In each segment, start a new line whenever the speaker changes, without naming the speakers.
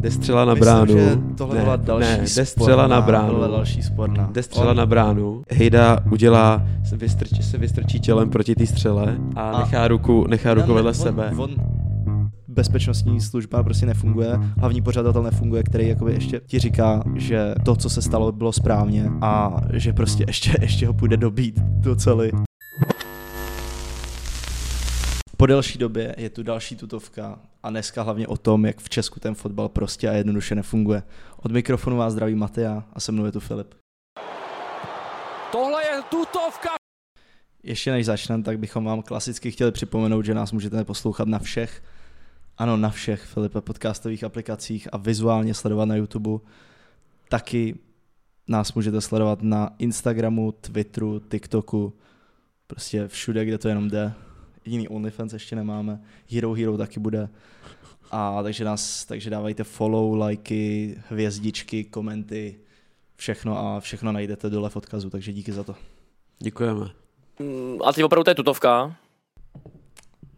Jde střela na
Myslím,
bránu.
že tohle
ne,
byla další
ne, jde
sporná,
střela na
Tohle
bránu.
další sporná.
Jde střela na bránu, Hejda udělá, se vystrčí, se vystrčí tělem proti té střele a,
A-
nechá ruku, nechá ruku
Ne,
vedle
on,
sebe.
On, bezpečnostní služba prostě nefunguje, hlavní pořadatel nefunguje, který jakoby ještě ti říká, že to, co se stalo, bylo správně a že prostě ještě, ještě ho půjde dobít doceli. Po delší době je tu další tutovka a dneska hlavně o tom, jak v Česku ten fotbal prostě a jednoduše nefunguje. Od mikrofonu vás zdraví Matea a se mnou je tu Filip.
Tohle je tutovka.
Ještě než začneme, tak bychom vám klasicky chtěli připomenout, že nás můžete poslouchat na všech, ano na všech, Filipe, podcastových aplikacích a vizuálně sledovat na YouTube. Taky nás můžete sledovat na Instagramu, Twitteru, TikToku, prostě všude, kde to jenom jde. Jiný OnlyFans ještě nemáme, Hero Hero taky bude. A takže nás, takže dávajte follow, lajky, hvězdičky, komenty, všechno a všechno najdete dole v odkazu, takže díky za to.
Děkujeme.
Mm, A ty opravdu to je tutovka.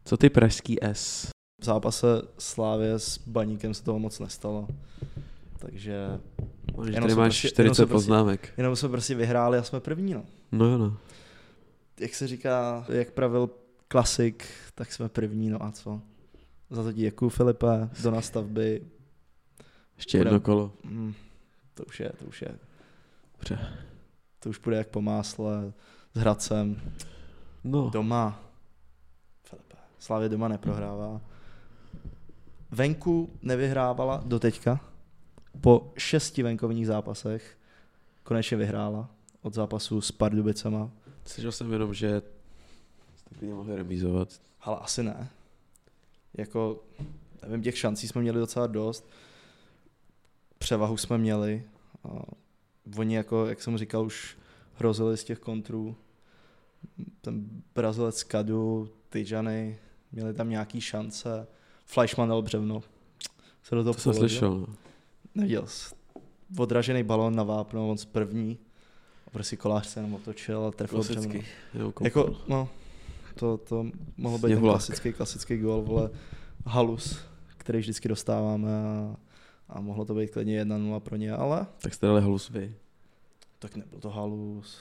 Co ty pražský S?
v zápase Slávě s Baníkem se toho moc nestalo. Takže
Máš,
Jenom
tady
se
máš
prostě- jenom
40
se prostě-
poznámek.
jenom jsme prostě vyhráli a jsme první. No.
No jo, no.
Jak se říká, jak pravil klasik, tak jsme první, no a co? Za to děkuju Filipe, do nastavby.
Ještě jedno
Budem.
kolo.
Mm, to už je, to už je.
Dobře.
To už půjde jak po másle, s Hradcem,
No,
doma. Filipe, Slávě doma neprohrává. Venku nevyhrávala do teďka. Po šesti venkovních zápasech konečně vyhrála od zápasu s Pardubicema.
slyšel jsem jenom, že jste klidně mohli remízovat.
Ale asi ne. Jako, nevím, těch šancí jsme měli docela dost. Převahu jsme měli. A oni jako, jak jsem říkal, už hrozili z těch kontrů. Ten Brazilec Kadu, Tijany, měli tam nějaký šance. Fleischmann dal břevno. Se do toho
To jsem
položil.
slyšel. no.
Neviděl jsi. Odražený balón na vápno, on z první. A prostě kolář se jenom otočil a trefil břevno.
Klasicky. Jo, koukal.
Jako, no, to, to mohl být ten
Sněhulák.
klasický, klasický gol, vole, halus, který vždycky dostáváme a, a mohlo to být klidně 1-0 pro ně, ale
Tak jste dali halus vy.
tak nebyl to halus.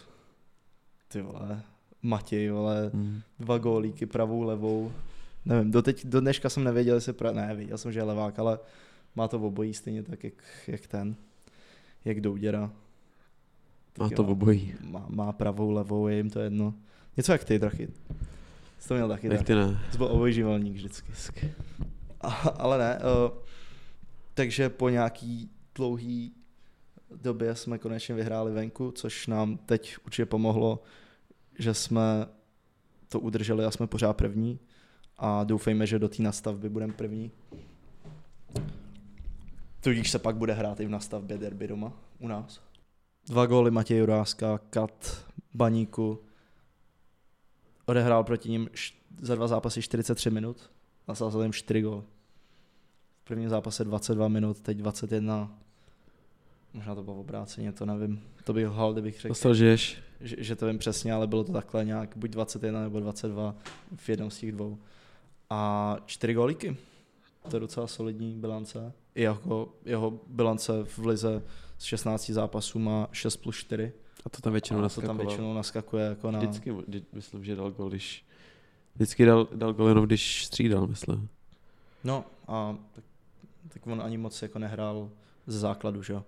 Ty vole, Matěj, vole,
Hmm.
dva gólíky pravou, levou. Nevím, do, teď, do dneška jsem nevěděl, jestli pra... ne, věděl jsem, že je levák, ale má to obojí stejně tak, jak, jak ten, jak Douděra.
Má
Tak
to
jo.
obojí.
Má, má pravou, levou, je jim to jedno. Něco jak ty, Drachy. Jsi to měl taky,
Jak
tak.
ty ne?
Jsi byl obojživelník vždycky. A, ale ne. Uh, takže po nějaký dlouhý době jsme konečně vyhráli venku, což nám teď určitě pomohlo, že jsme to udrželi a jsme pořád první a doufejme, že do té nastavby budeme první. Tudíž se pak bude hrát i v nastavbě derby doma u nás. Dva góly Matěj Juráska, Kat, Baníku. Odehrál proti ním š- za dva zápasy 43 minut a sázal jim 4 góly. V prvním zápase 22 minut, teď 21. Možná to bylo obráceně, to nevím. To bych hal, kdybych řekl
Dostal, že ješ.
že, že to vím přesně, ale bylo to takhle nějak buď 21 nebo 22 v jednom z těch dvou. A čtyři golíky. To je docela solidní bilance. I Jako jeho bilance v lize z 16 zápasů má 6 plus 4.
A to tam většinou
A to
naskakoval.
tam většinou naskakuje jako na...
Vždycky, vždy- myslím, že dal gol, když... Vždycky dal, dal gol jenom, když střídal, myslím.
No a tak, tak on ani moc jako nehrál ze základu, že jo.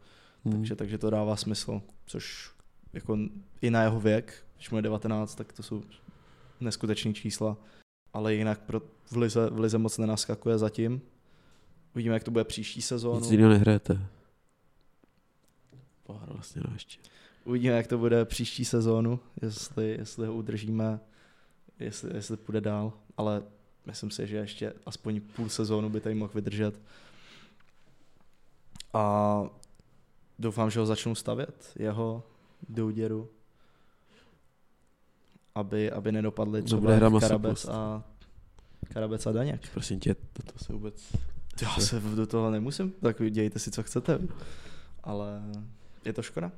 Hmm.
Takže, takže to dává smysl, což jako i na jeho věk, když mu je 19, tak to jsou neskuteční čísla. Ale jinak pro, v, lize, v lize moc nenaskakuje zatím. Uvidíme, jak to bude příští
Nic
sezónu.
jiného nehrajete. Pohár vlastně no ještě.
Uvidíme, jak to bude příští sezónu, jestli, jestli ho udržíme, jestli, jestli půjde dál. Ale myslím si, že ještě aspoň půl sezónu by tady mohl vydržet. A doufám, že ho začnou stavět, jeho douděru, aby, aby nedopadly
No,
třeba
bude hra
jak
masa
Karabec
plus.
a, Karabec a Daněk.
Prosím tě, to, to se vůbec...
Já se do toho nemusím, tak vy dějte si, co chcete. Ale je to škoda.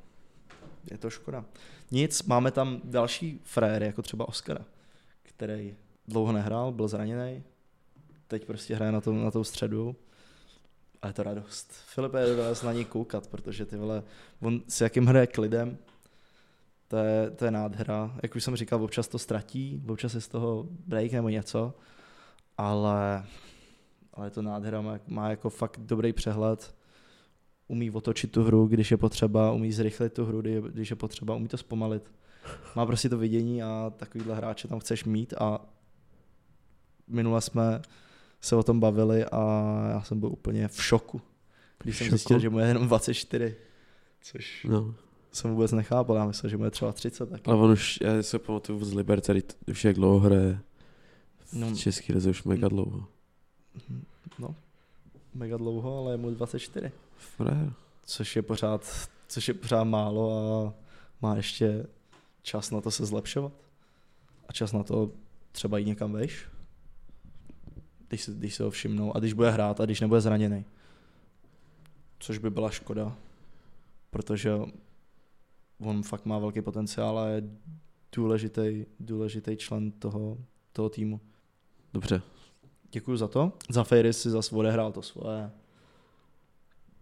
Je to škoda. Nic, máme tam další frajery, jako třeba Oscara, který dlouho nehrál, byl zraněný, teď prostě hraje na, tom, na tou středu a Ale je to radost. Filipe je radost na něj koukat, protože ty vole, on s jakým hraje klidem, to je, to je nádhera. Jak už jsem říkal, občas to ztratí, občas je z toho break nebo něco, ale, ale je to nádhera, má, má jako fakt dobrý přehled, umí otočit tu hru, když je potřeba, umí zrychlit tu hru, kdy- když je potřeba, umí to zpomalit. Má prostě to vidění a takovýhle hráče tam chceš mít a minule jsme se o tom bavili a já jsem byl úplně v šoku, když jsem
V šoku?
zjistil, že mu je jenom 24, což
No.
jsem vůbec nechápal, já myslel, že mu je třeba 30 taky.
Ale on už, já se pamatuju z Liberce, tady t- už jak dlouho hraje.
No. Hmm.
V Český lize už mega dlouho.
Mega dlouho, ale je mu 24,
Frér.
což je pořád, což je pořád málo a má ještě čas na to se zlepšovat. A čas na to třeba jít někam vejš, když se, když se ho všimnou a když bude hrát a když nebude zraněný. Což by byla škoda, protože on fakt má velký potenciál a je důležitý, důležitý člen toho, toho týmu.
Dobře.
Děkuji za to. Za Ferris si zase odehrál to svoje.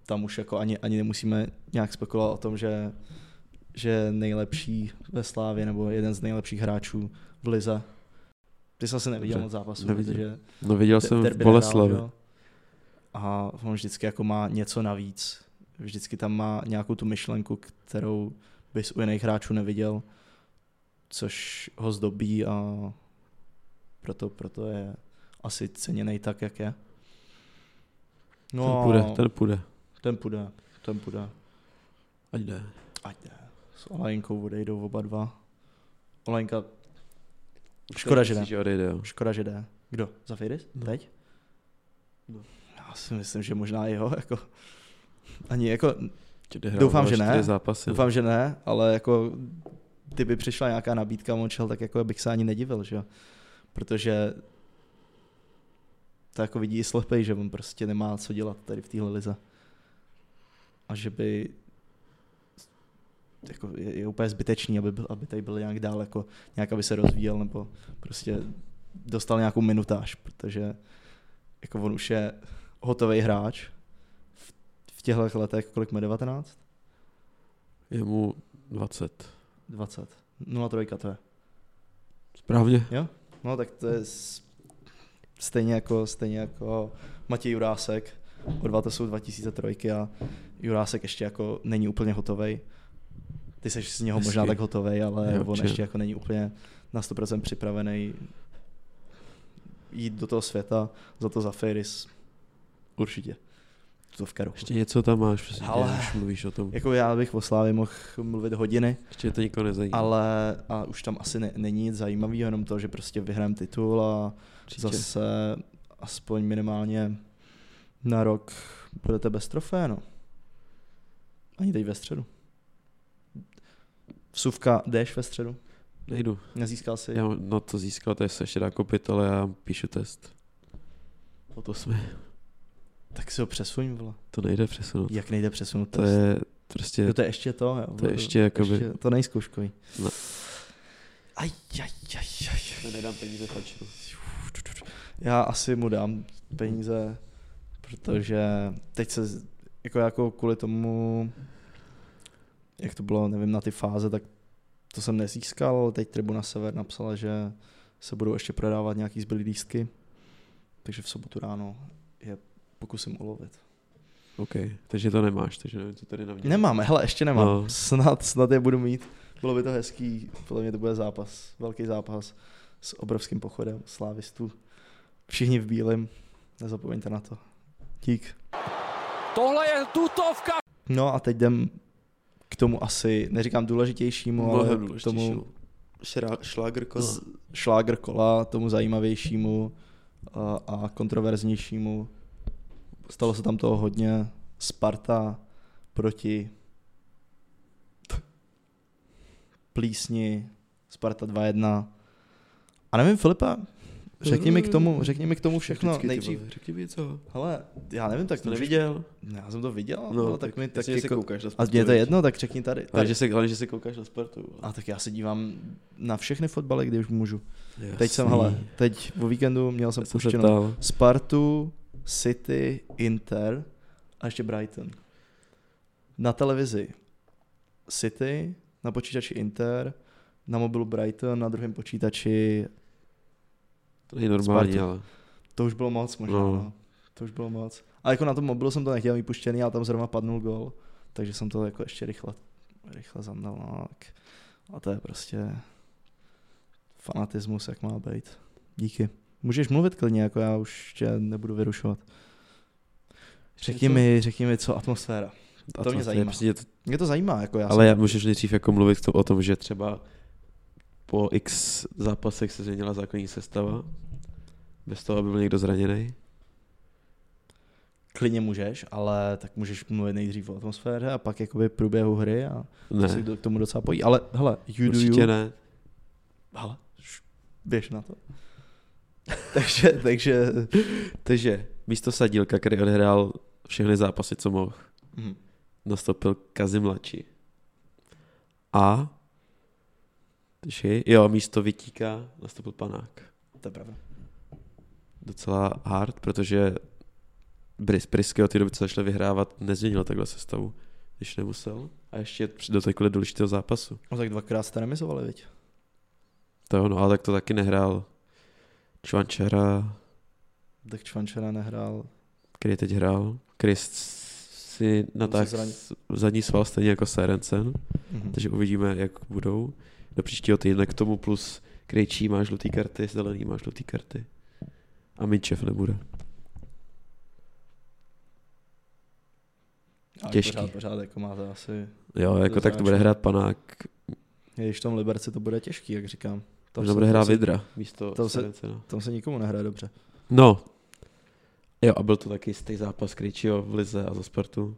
Tam už jako ani, ani nemusíme nějak spekulovat o tom, že, že nejlepší ve Slávě nebo jeden z nejlepších hráčů v Lize. Ty jsi asi neviděl
Dobře,
moc zápasů,
neviděl.
protože
No viděl
te-
jsem v
derby nehrál,
Boleslavi.
že jo? A on vždycky jako má něco navíc. Vždycky tam má nějakou tu myšlenku, kterou bys u jiných hráčů neviděl, což ho zdobí a proto, proto je asi ceněný tak, jak je. No,
Ten
a
půjde, ten půjde.
ten půjde, ten půjde.
Ať jde.
Ať jde. S Olajinkou odejdou oba dva. Olajinka, škoda, že ne.
Že odejde, jo.
Škoda, že jde. Kdo? Zafiris?
No.
No. Teď?
No.
Já si myslím, že možná jeho, jako... Ani jako,
Že jde hrát
Doufám,
dva,
že ne.
čtyři zápasy.
doufám, že ne, ale jako, kdyby přišla nějaká nabídka Mončel, tak jako bych se ani nedivil, že jo. Protože to jako vidí i slepej, že on prostě nemá co dělat tady v téhle lize. A že by jako je, je úplně zbytečný, aby, byl, aby tady byl nějak dál, jako nějak aby se rozvíjel nebo prostě dostal nějakou minutáž, protože jako on už je hotový hráč v, v těchto letech, kolik má 19?
Je mu 20.
20. 0,3 to je.
Správně.
No tak to je s- stejně jako, stejně jako Matěj Jurásek, oba dva to jsou 2003 a Jurásek ještě jako není úplně hotovej. Ty jsi z něho možná
Hezky.
tak hotovej, ale
Jo,
on
určitě.
ještě jako není úplně na 100% připravený jít do toho světa, za to za Ferris určitě. To v karu.
Ještě něco tam máš, prostě,
Ale-
když mluvíš o tom.
Jako já bych o Slávě mohl mluvit hodiny,
Ještě to nikoho nezajímá.
ale a už tam asi ne, není nic zajímavého, jenom to, že prostě vyhrám titul a
Určitě.
zase aspoň minimálně na rok budete bez trofé, no. Ani teď ve středu. Vsuvka, jdeš ve středu?
Nejdu.
Nezískal si?
Já, no to získal, to se ještě dá koupit, ale já píšu test. O to jsme.
Tak si ho přesuň, vole.
To nejde přesunout.
Jak nejde přesunout
To
test?
je prostě...
Jo, to je ještě to, jo.
to je ještě jakoby-
to není zkouškový.
No.
Aj, aj, aj, aj.
nedám peníze fačinu.
Já asi mu dám peníze, protože teď se z- jako, jako kvůli tomu, jak to bylo, nevím, na ty fáze, tak to jsem nezískal, ale teď Tribuna Sever napsala, že se budou ještě prodávat nějaký zbylý lístky, takže v sobotu ráno je pokusím ulovit.
OK, takže to nemáš, takže nevím, co tady navdělám.
Nemám, hele, ještě nemám.
No.
No. Snad, snad je budu mít. Bylo by to hezký, podle mě to bude zápas, velký zápas s obrovským pochodem slávistů. Všichni v bílém, nezapomeňte na to. Dík.
Tohle je tutovka.
No a teď jdem k tomu asi, neříkám důležitějšímu, ale k tomu
Šláger
z- šlágr kola, tomu zajímavějšímu a, a kontroverznějšímu. Stalo se tam toho hodně. Sparta proti plísni Sparta 2-1. A nevím, Filipa, řekni mi k tomu, řekni mi k tomu všechno. Nejdřív,
Řekni mi něco.
hele, já nevím, tak
Jsi to
můžeš-
neviděl?
Já jsem to viděl, no, ale tak mi tak
jestli, že se
jako,
koukáš na
A
Spartu,
mně to je
víš.
jedno, tak řekni tady.
Ale
tady.
že, se, ale že se koukáš na Spartu. vole.
A tak já se dívám na všechny fotbaly, když můžu.
Jasný.
Teď jsem, hele, teď o víkendu měl jsem
Já jsem se
puštěnou
ptal.
Spartu, City, Inter a ještě Brighton. Na televizi City, na počítači Inter, na mobilu Brighton, na druhém počítači,
To není normální,
Spartu.
ale.
to už bylo moc možná.
No.
No. No. To už bylo moc. A jako na tom mobilu jsem to nechtěl mít puštěný, ale tam zrovna padnul gol, takže jsem to jako ještě rychle, rychle zandal. No, tak. A to je prostě fanatismus, jak má být. Díky. Můžeš mluvit klidně, jako já už tě nebudu vyrušovat. Řekni mi, řekni mi, co atmosféra.
A
to mě
je
zajímá.
přesně
Mě to zajímá, jako já
Ale
jsem-
já můžeš nejdřív jako mluvit k tomu, o tom, že třeba po x zápasech se změnila základní sestava, bez toho, aby byl někdo zraněný. klidně
Klidně můžeš, ale tak můžeš mluvit nejdřív o atmosféře a pak jakoby průběhu hry a ne. se
Ne,
k tomu docela pojí. Ale hele, you do
určitě
you.
ne.
Hele, š- běž na to. takže, takže,
Takže místo Sadílka, který odehrál všechny zápasy, co mohl,
hm,
nastoupil Kazim Mladší. A Tři. Jo, místo Vytíka nastoupil Panák.
to je pravda.
Docela hard, protože Bris Prisky od té doby, co začal vyhrávat, nezměnil takhle sestavu, když nemusel. A ještě do takhle důležitého zápasu.
No tak dvakrát jste remizovali, viď?
To jo, no, ale tak to taky nehrál Čvančara,
Tak Čvančera nehrál.
který teď hrál. Chris si natáhl
zranil.
s- zadní sval stejně jako Serencen,
Mhm.
takže uvidíme, jak budou. Do příštího týdne k tomu plus Krejčí má žlutý karty, zelený má žlutý karty. A Minčev nebude.
Ale
těžký.
Pořád, pořád jako máte asi,
Jo, jako tak to bude hrát panák,
když v tom Liberci to bude těžký, jak říkám.
tam
se-
bude hrát
se-
Vidra místo
tam se-
Serencena.
Tam se nikomu nehraje dobře.
No. Jo, a byl to taky stej zápas Krejčího v Lize a za Spartu.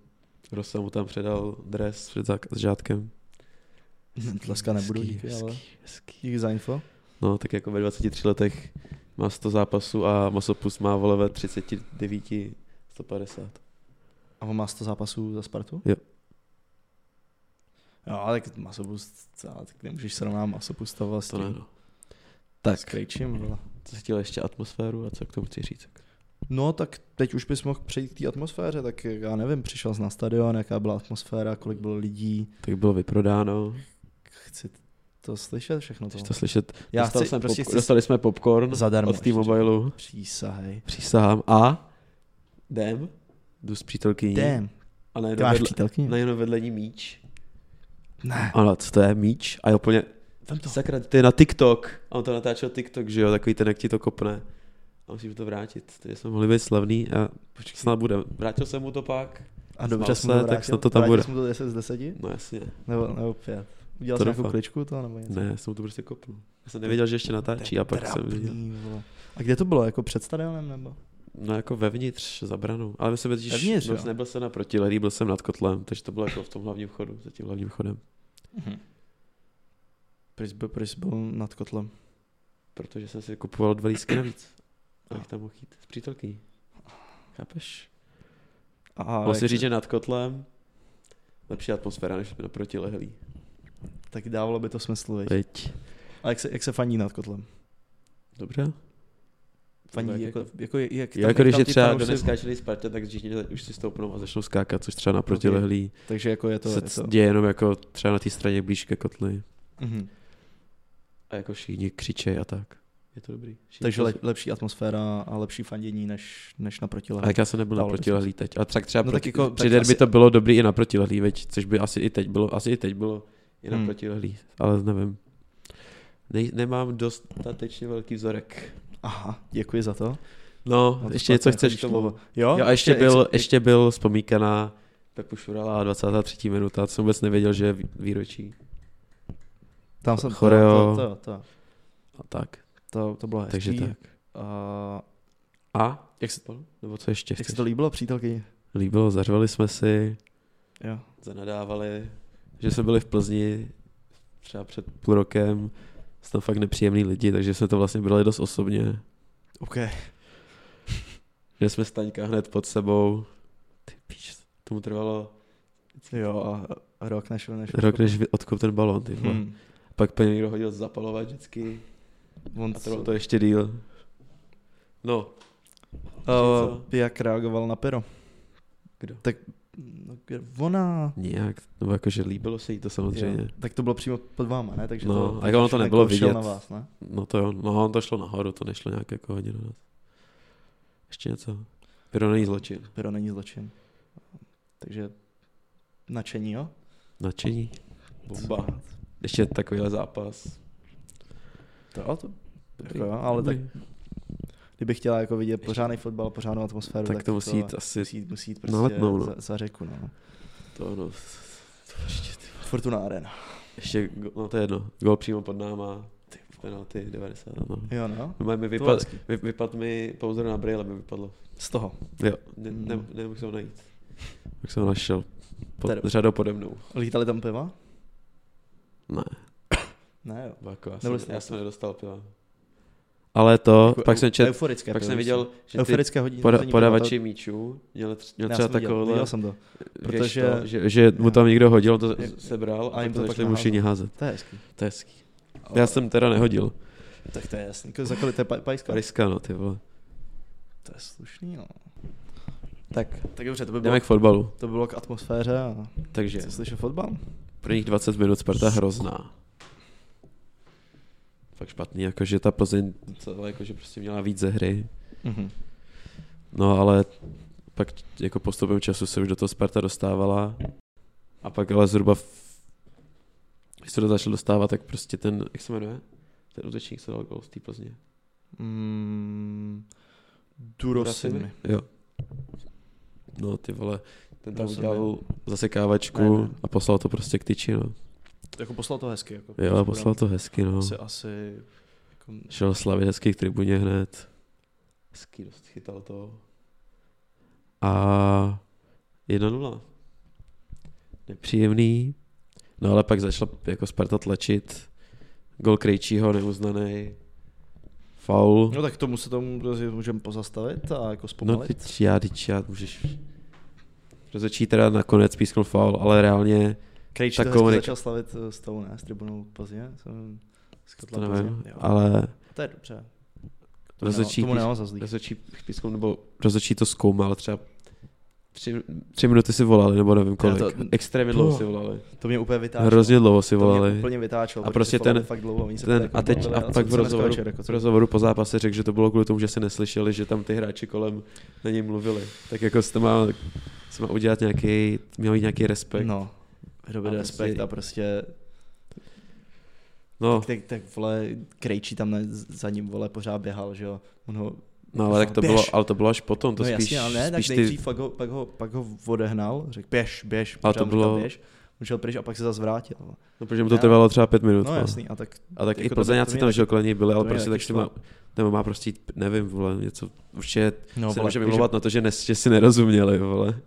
Rosa mu tam předal dres před zák- s žátkem.
Tleska nebudu,
Mhm. Hezký,
díky, ale
hezký, hezký.
díky za info.
No, tak jako ve 23 letech má 100 zápasů a Masopust má vole ve 39 150.
A on má 100 zápasů za Spartu?
Jo.
Jo, ale tak masopust, co, ale tak nemůžeš srovnat masopustava s
To ne,
tím
no. Tak,
s Krejčím. vole.
co jsi chtěl ještě atmosféru a co k tomu chci říct?
No tak teď už bys mohl přejít k té atmosféře, tak já nevím, přišel jsi na stadion, jaká byla atmosféra, kolik bylo lidí,
Tak bylo vyprodáno,
chci to slyšet všechno to.
chceš to slyšet.
Já
Dostal
chci-
jsem
prostě
popko-
chci-
Dostali jsme popcorn
Zadarmo
od
No. ještě.
T-Mobilu.
Přísahej.
Přísahám. A jdem, jdu s přítelkyní.
Damn,
A
ty
najednou
máš
vedle,
přítelkyni?
najednou vedle ní míč.
Ne.
Ale co to je míč? A je úplně,
Vem to.
sakra, to je na TikTok. A on to natáčel TikTok, že jo, takový ten, jak ti to kopne. A musím to vrátit, takže jsme mohli být slavný a
Počkej.
snad bude. Vrátil jsem mu to pak?
A
Smál
dobře jsem
se,
to
tak
vrátil, tak
snad to tam bude.
Jsem to 10 z 10?
No jasně,
Nebo, nebo 5? Udělal
To
jsi nějakou
doufám.
kličku to nebo něco?
ne, já jsem mu to prostě kopnul. Já jsem nevěděl, že ještě natáčí a pak jsem
Trapný,
viděl.
vole. A kde to bylo? Jako před stadionem nebo?
No jako vevnitř za branou. Ale my jsme totiž,
Vevnitř,
no,
jo.
nebyl jsem na protilehlý, byl jsem nad kotlem, takže to bylo jako v tom hlavním chodu, za tím hlavním chodem. Mhm.
Proč byl, proč byl nad kotlem?
Protože jsem si kupoval dva lístky navíc. Abych tam mohl jít s přítelkyní. Chápeš?
A
Ale si
jak-
říct, že nad kotlem lepší atmosféra, než na protilehlý.
Tak dávalo by to smysl, viď?
Veď.
A jak se, jak se faní nad kotlem?
Dobře.
Faní
Tak
jako,
jako-
jako, jak, jak,
Jo, jako když
tam
je
ti
třeba
fanoušci-
doneskáčený Sparta, tak všichni už si stoupnou a začnou skákat, což třeba na protilehlý
Takže jako je to...
se
Je
c-
to
děje jenom jako třeba na té straně blíž ke kotli
mhm.
a jako všichni křičej a tak. Je to dobrý. Všichni
Takže
to-
le, lepší atmosféra a lepší fandění než, než na
A
protilehlé.
jak já jsem nebyl na
No, Dalo by
protilehlý teď. A tak třeba
No
no,
tak
proti,
jako-
jako,
tak
při derby
asi-
to bylo dobrý i na protilehlý, veď, což by asi i teď bylo, asi i teď bylo i na
Hmm.
hmm. protilehlý, ale nevím. Ne, nemám dostatečně velký vzorek.
Aha, děkuji za to.
No,
No to
ještě
Sparta
něco
jako
chceš
když
k tomu.
mluvil. Jo,
Jo, a ještě byl,
jak-
ještě byl vzpomínka na Pepu Šurala 23. minuta, jsem vůbec nevěděl, že je vý- výročí
Tam jsem...
choreo.
To, to, to,
a tak.
to, to bylo hezký.
Takže tak.
A
A?
jak se,
Nebo co ještě
jak
chceš?
se to líbilo přítelkyni?
Líbilo, zařvali jsme si,
Jo.
zanadávali, že jsme byli v Plzni třeba před půl rokem, jsou tam fakt nepříjemný lidi, takže jsme to vlastně brali dost osobně.
OK.
Že jsme Staňka hned pod sebou. Ty píč, tomu trvalo
Jo, a- a rok než... než
rok, Mhm. než vy- odkop ten balon, ty vole.
Hmm.
Pak po něm někdo hodil zapalovat vždycky
On
a trvalo to ještě díl. No,
Uh, jak reagoval na pero?
Kdo?
No, kde- ona...
Nějak, no jakože líbilo se jí to samozřejmě.
Jo, tak to bylo přímo pod váma, ne? Takže
No,
to,
tak
takže
ono to
šel-
nebylo
šel na
vidět.
vás, ne?
No to jo, no on to šlo nahoru, to nešlo nějak jako hodně do nás. Ještě něco. Vyrovnaný zločin.
Pero není zločin. Takže nadšení, jo?
Načení. Bomba. Ještě takovýhle zápas.
To jo, to jako, jo, ale tak kdyby chtěla jako vidět pořádný fotbal, pořádnou atmosféru, tak,
tak to musí jít asi
musí jít, musí jít prostě
naletnou, no.
za, za, řeku, no.
to, no. To ještě, ty.
Fortuna Arena.
ještě, go- no to je jedno. Gol přímo pod náma. Ty penalty 90. No.
Jo, no.
No, mi
bylo
vypad,
hezký.
vy, vypad mi pouzer na brýle, mi vypadlo.
Z toho.
Jo. Ne,
Mm.
ne, nemohl jsem ho najít. Tak jsem ho našel. Pod,
To je dobře.
řadou pode mnou.
Lítali tam piva?
Ne.
Jako Ne, jo.
Bako, já,
Nebyl
jsem,
jsi-
já jsem nedostal piva. Ale to,
Jako
No, pak
eu-
jsem čet,
Euforické
pak
pivo,
jsem viděl, že ty
Euforické hodiny.
poda, podavači míčů měl, tř- měl
Já
třeba
jsem viděl,
takovouhle,
viděl jsem to.
protože,
protože-
to, že, že mu tam někdo hodil, on to z- sebral
a
a,
jim
a
to
to
pak
začali mu
naházeli.
všichni házet.
To je hezký.
To je hezký. Já jsem teda nehodil.
Tak to je jasný. Ko- Za kolik to je pa- pajska?
Riska, no ty vole.
To je slušný, no.
Tak,
Tak dobře, to by bylo,
jdeme k fotbalu.
to bylo k atmosféře a
Takže
co slyšel fotbal?
prvních 20 minut Sparta hrozná. Fakt špatný, jakože ta Plzeň celé, jakože prostě měla víc ze hry.
Mhm.
No ale pak jako postupem času se už do toho Sparta dostávala a pak ale zhruba v... když se to začal dostávat, tak prostě ten, jak se jmenuje? Ten útočník se dal gol z té Plzně.
Mm, Durosimi.
Jo. No ty vole, ten tam
Prosím,
udělal zasekávačku
Ne, ne.
a poslal to prostě k tyči, no.
Jako poslal to hezky. Jako
Jo, poslal to hezky, no.
Asi, asi jako,
Šel slavit hezky k tribuně hned. Hezky dost chytal to. A 1-0. Nepříjemný. No ale pak začal jako Sparta tlačit. Gol Krejčího neuznaný. Faul.
no tak tomu se tomu můžeme pozastavit a jako
No
zpomalit.
teď já, teď já, můžeš. Rozečí teda nakonec pískl faul, ale reálně
Krejčí
ta
to hezky
komunik-
začal slavit eh, s tou, ne? S tribunou Plzně? Jsem z
to
kotla
nevím,
Plzně, jo.
ale
To je dobře. To
rozečí,
tomu nemám za zlý.
rozhodčí pískl, nebo rozhodčí to zkoumal, třeba tři, tři minuty si volali, nebo nevím kolik.
to-
To, extrémně
to-
dlouho si volali.
To mě úplně vytáčelo.
Hrozně dlouho si
To mě
volali.
úplně vytáčelo.
A
protože
prostě
volali
ten-
fakt dlouho, oni se
Ten,
ptali,
a teď,
jako,
a
co-
pak
co
v
dneska
rozhovoru,
večer, jako
v
co-
rozhovoru po zápase řekl, že to bylo kvůli tomu, že se neslyšeli, že tam ty hráči kolem na něj mluvili. Tak jako se to má, se má udělat nějaký, měl mít nějaký respekt. No,
No,
A
vyrobit respekt
prostě-
a prostě,
no,
tak, tak vole, Krejčí tam na, za ním vole pořád běhal, že jo. On ho,
no, ale tak to
běž.
bylo, ale to bylo až potom, to
no
spíš,
jasně, ale ne, tak
spíš ty,
nejdřív pak ho, pak, ho, pak ho odehnal, řekl běž, běž,
Ale
pořád
to
mu říkal,
bylo-
běž. On šel pryč a pak se zase vrátil. vole.
no, protože mu to
ne.
trvalo třeba pět minut.
No jasný, a tak
A tak
Jako
jako
to
i
mě-
plzeňáci
to
tam
mě
že jo, klidně byli, ale
to mě
prostě
taky
tak si má,
štve.
nebo má prostě, jít, nevím, vole, něco, určitě
No,
no, se
vole,
nemůže
takže-
vymlouvat na to, že, nes, že si nerozuměli, vole.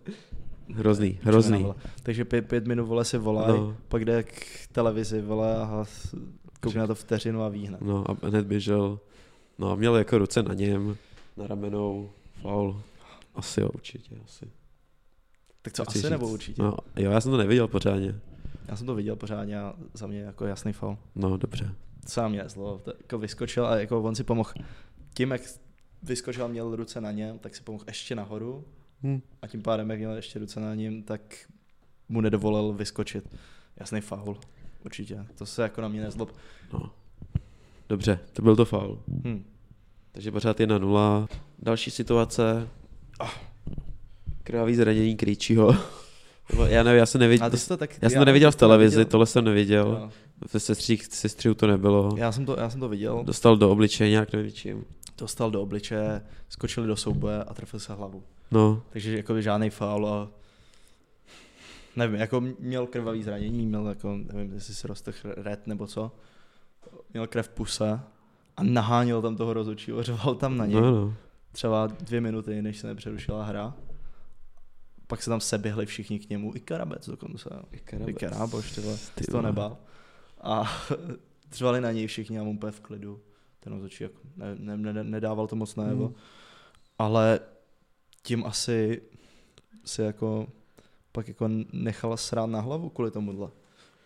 Hrozný,
Čmena,
hrozný.
vole. Takže pět, pět minut vole si volá, no.
No.
pak jde k televizi vole a s- koukne na to vteřinu a výhne.
No a hned běžel, no a měl jako ruce na něm, na ramenou, faul. Asi jo, určitě, asi.
Tak co,
Chci
asi
říct.
nebo určitě?
No, jo, já jsem to neviděl pořádně.
Já jsem to viděl pořádně a za mě jako jasný faul.
No, dobře.
sám nezlo, to jako vyskočil a jako on si pomohl tím, jak vyskočil a měl ruce na něm, tak si pomohl ještě nahoru
Hm.
a tím pádem, jak měl ještě ruce na něm, tak mu nedovolil vyskočit. Jasný faul, určitě. To se jako na mě nezlob.
No. Dobře, to byl to faul.
Hm.
Takže pořád 1-0. Další situace. Ah, Krvavý zranění Krejčího. Nebo Já nevím, já jsem neviděl.
A to jste tak,
Já jsem to neviděl v televizi,
neviděl.
tohle jsem neviděl.
Jo.
Ve sestřích, sestřihu to nebylo.
Já jsem, to, já jsem to viděl,
Dostal do obličeje nějak, nevím čím.
dostal do obličeje, skočili do souboje a trefil se hlavu.
No,
Takže jako žádný faul a nevím, jako měl krvavý zranění, měl jako, nevím, jestli se roztrh red nebo co, měl krev v puse a naháněl tam toho rozhodčího, řval tam na něj
no, no.
třeba dvě minuty, než se nepřerušila hra. Pak se tam seběhli všichni k němu, i Karabec dokonce, jo. i Karáboš, tyhle,
Ty
z toho
vole.
nebál. A řvali na něj všichni a on úplně v klidu. Ten rozhodčí jako ne, ne, ne, nedával to moc najevo.
Mm.
Ale tím asi si jako pak jako nechala srát na hlavu kvůli tomuhle.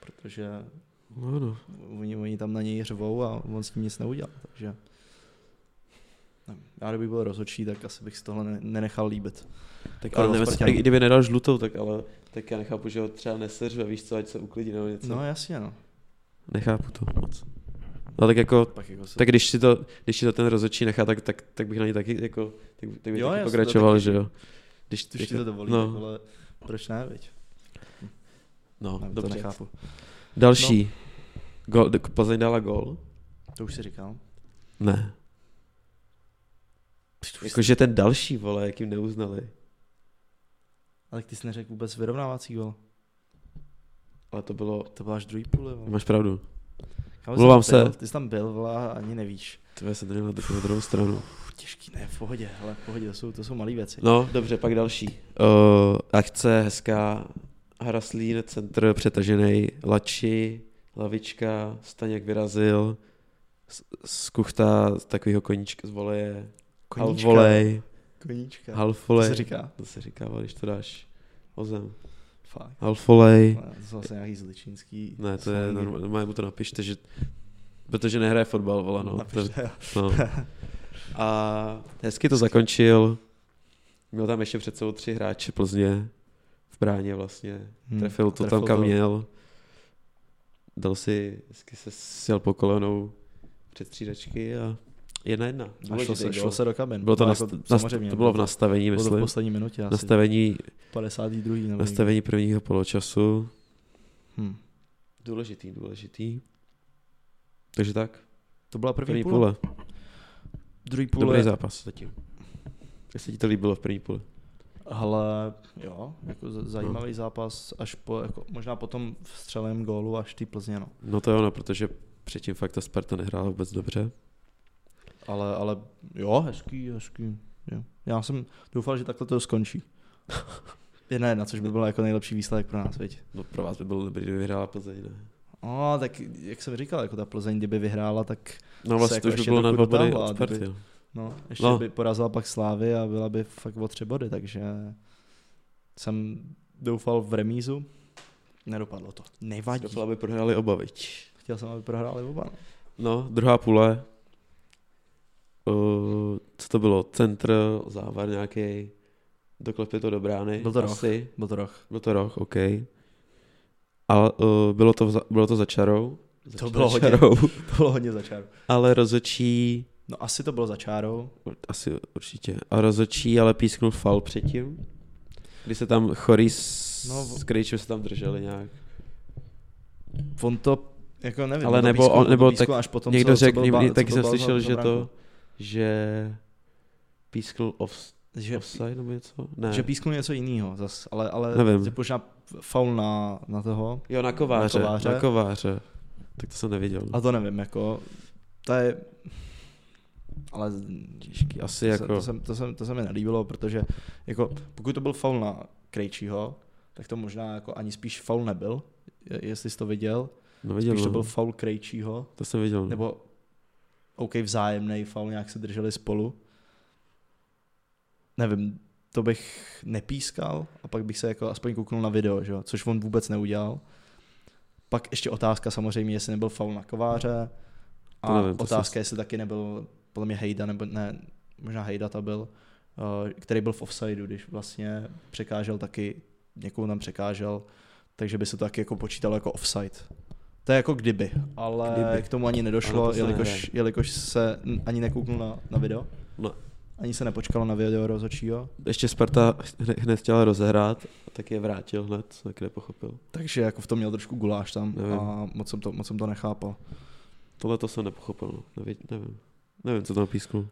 Protože
No, no.
oni, oni tam na něj řvou a on s tím nic neudělal. Takže Nevím, Já kdybych byl rozhodčí, tak asi bych si tohle ne- nenechal líbit.
Tak
Karel
ale nevím,
Spartan.
i kdyby nedal žlutou, tak ale tak já nechápu, že ho třeba neseřve, víš co, ať se uklidí nebo něco.
No jasně, no.
Nechápu to moc. No tak jako,
Pak jako se...
tak když si to, když si to ten rozhodčí nechá, tak, tak, tak bych na něj taky jako, tak, tak bych
Jo,
jo, taky
já si to
pokračoval,
taky-
že jo. Když
Když ti to dovolí,
no.
no. tak vole, proč ne, viď?
No,
Nevím, to No.
dobře.
nechápu.
Další. Gol, d- Plzeň dala gol?
To už si říkal.
Ne. Jakože ten další, vole, jakým neuznali.
Ale ty jsi neřekl vůbec vyrovnávací gol.
Ale to bylo...
To byl až druhý půl, jo.
Máš pravdu.
Kam
Mluvám
jsi tam
se.
byl? Ty jsi tam byl, vla, ani nevíš.
To já jsem to měl na druhou stranu.
Uf, těžký, ne, v pohodě, hele, v pohodě, to jsou, to jsou malé věci.
No, dobře, pak další. Uh, akce, hezká Hraslín, centr přetažený, Lači, lavička, Staněk vyrazil, z, z kuchta z takového koníčka z voleje, half volej,
Koníčka.
half
to
volej.
se říká.
To se říká, vole, když to dáš ozem.
Fakt.
Half volej.
Ne, To jsou asi nějaký zličínský.
Ne, to je normálně, normálně mu to napište, že, protože nehraje fotbal, vole, no. To,
Napište, jo.
no. A hezky to zakončil. Měl tam ještě před sebou tři hráče Plzně v bráně vlastně.
Hmm,
Trefil to tam, kam měl. Dal si, hezky se sjel po kolenou před střídačky a jedna jedna.
A šlo se,
Důležitý
šlo
gol.
se do kabin.
Bylo to,
No,
nast,
jako
nast,
samozřejmě,
to bylo v nastavení,
bylo to v
myslím.
poslední minutě asi.
Nastavení,
52. nebo někdy.
nastavení prvního poločasu.
Hm.
Důležitý, důležitý. Takže tak.
To byla první,
První
první
půle.
Druhý půle.
Dobrý zápas zatím. Jak se ti to líbilo v první půle?
Ale jo, jako z- zajímavý zápas, až po, jako, možná potom v střelém gólu až ty Plzně, no.
No to je ono, protože předtím fakt ta Sparta nehrála vůbec dobře.
Ale, ale jo, hezký, hezký. Jo. Já jsem doufal, že takhle to skončí. Jedna jedna, což by byl jako nejlepší výsledek pro nás, viď?
No pro vás by bylo dobrý, kdyby vyhrála Plzeň, ne?
No, tak jak jsem říkal, jako ta Plzeň, kdyby vyhrála, tak
No
Se
vlastně
jako
to už by
ještě
bylo na dva
dokud
body
dala,
od Sparty.
kdyby-
jo.
no, ještě
No.
no. by porazila pak Slávy a byla by fakt o tři body, takže jsem doufal v remízu. Nedopadlo to. Nevadí.
Doufala by prohráli oba, viď?
Chtěl jsem, aby prohráli oba. no.
No, druhá půle. Uh, co to bylo? Centr, závar nějaký. Doklepli to do brány.
Byl to roh.
asi.
Byl to roh.
Byl to roh, OK. A uh, bylo, to za, bylo to za čarou. Za
To bylo
za
hodně.
čarou.
To bylo hodně za čáru.
Ale rozočí
No asi to bylo za čárou.
Asi určitě. A rozočí, ale písknul fal předtím, kdy se tam chorý s,
No,
no,
v-
s Krejčem se tam drželi nějak.
On to, jako nevím.
Ale
on to
nebo
písknul-
on- nebo
písknul
tak
až potom,
Někdo
co, co
řekl,
byl
někdy-
ba-
taky
co
jsem
byl
slyšel,
za-
že to,
za branku.
že písknul off,
Že,
offside nebo něco? Ne.
že písknul něco jiného zas, ale, ale
Nevím.
že možná faul na, na toho.
jo, na kováře,
na
na
kováře.
kováře. Na kováře. Tak to jsem neviděl.
A to nevím, jako, to je, ale těžký,
Asi
to Se,
jako-
to, se, to, se, to se mi nelíbilo, protože jako, pokud to byl faul na Krejčího, tak to možná jako ani spíš faul nebyl, je- jestli jsi to viděl.
No viděl,
Spíš to
no.
byl faul Krejčího,
to jsem viděl. no.
nebo OK, vzájemný faul, nějak se drželi spolu. Nevím, to bych nepískal a pak bych se jako aspoň kouknul na video, že? jo, což on vůbec neudělal. Pak ještě otázka samozřejmě, jestli nebyl faul na kováře.
To
A
nevím, to
otázka, jestli taky nebyl, podle mě Hejda, nebo ne, možná Hejda to byl, eh, který byl v offsideu, když vlastně překážel taky, někoho tam překážel, takže by se to taky jako počítalo jako offside. To je jako kdyby, ale kdyby.
Kdyby.
k tomu ani nedošlo,
Ale to
ale
se nehraje.
jelikož, jelikož se n- ani nekouknul na, na video.
No.
Ani se nepočkalo na video rozhodčího.
Ještě Sparta hne- hned chtěla rozehrát, a tak je vrátil hned, co taky nepochopil.
Takže jako v tom měl trošku guláš tam
Nevím.
a moc jsem, to, moc jsem to nechápal.
Tohle to jsem nepochopil, no. Nevi, nevím. Nevím, co tam písknul.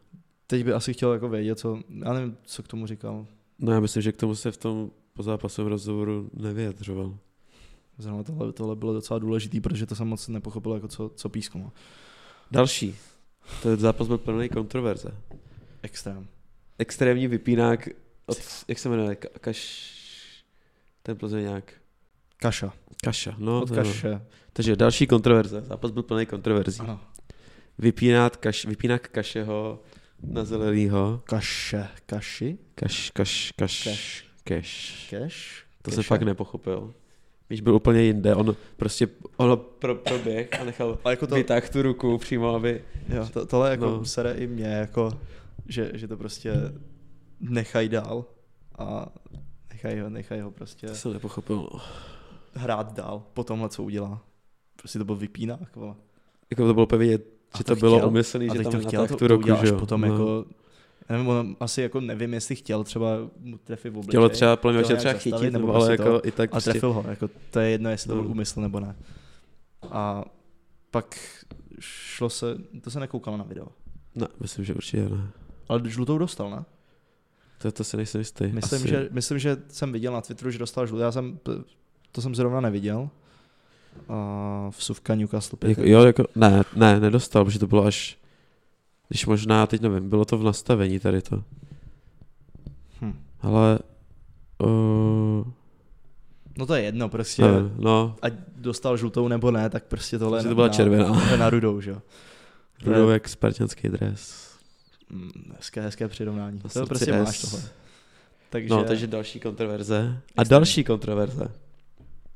Teď by asi chtěl jako vědět, co, já nevím, co k tomu říkal.
No já myslím, že k tomu se v tom pozápasovém rozhovoru nevyjadřoval.
Zrovna tohle, tohle bylo docela důležitý, protože to jsem moc nepochopil, jako co, co písknul.
Další. Ten zápas byl plný kontroverze.
Extrém.
Extrémní vypínák od, jak se jmenuje, Ka- Kaš... Ten plzeňák.
Kaša.
Kaša, no.
Od
no.
kaše.
Takže další kontroverze. Zápas byl plný kontroverzí.
Ano.
Vypínát kaš, vypínák Kašeho na zelenýho.
Kaše. Kaši?
Kaš, kaš, kaš,
Kaš.
kaš.
Keš?
To
Keše?
jsem fakt nepochopil. Víš, byl úplně jinde. On prostě ono pro, proběh a nechal
A jako to,
vytáhl tu ruku přímo, aby
jo, to, tohle jako
No.
sere i mě, jako že, že to prostě nechají dál a nechají ho, nechají ho prostě
To jsem nepochopil. no.
hrát dál po tomhle, co udělá. Prostě to byl vypínák, vole.
Jako to bylo pevně vidět,
A
že
to
to, bylo
chtěl?
umyslný,
A
že
teď
tam
to chtěl,
tak
to,
tu
to
roku,
uděláš
že jo.
potom
No.
jako, já nevím, on asi jako nevím, jestli chtěl třeba mu trefit v obličej.
Chtělo třeba, podle mě,
chtěl
chtěl třeba
nějak zastavit,
chytit,
nebo
nebo ale
prostě
jako
to.
i tak
A
prostě.
trefil ho, jako to je jedno, jestli to byl
No.
úmysl nebo ne. A pak šlo se, to se nekoukalo na video.
Ne, No, myslím, že určitě ne.
Ale žlutou dostal, ne?
To, to si nejsem jistý.
Myslím
Asi.
že, myslím, že jsem viděl na Twitteru, že dostal žlutou. Já jsem, to jsem zrovna neviděl. A v suvka Newcastle. pět
Jako,
jedna.
jo, jako, ne, ne, nedostal, protože to bylo až, když možná, teď nevím, bylo to v nastavení tady to.
Hm.
Ale, uh,
No to je jedno, prostě.
nevím, no,
Ať dostal žlutou nebo ne, tak prostě tohle je
Prostě
na-
to byla
na-
červená.
to je na rudou, že jo. To je-
rudou jak spartanský dres.
Mm, Hezké, hezké přirovnání.
Na
To, to
srdci
prostě
S.
máš tohle. Takže,
No, takže další kontroverze. A
Extrémní.
další kontroverze.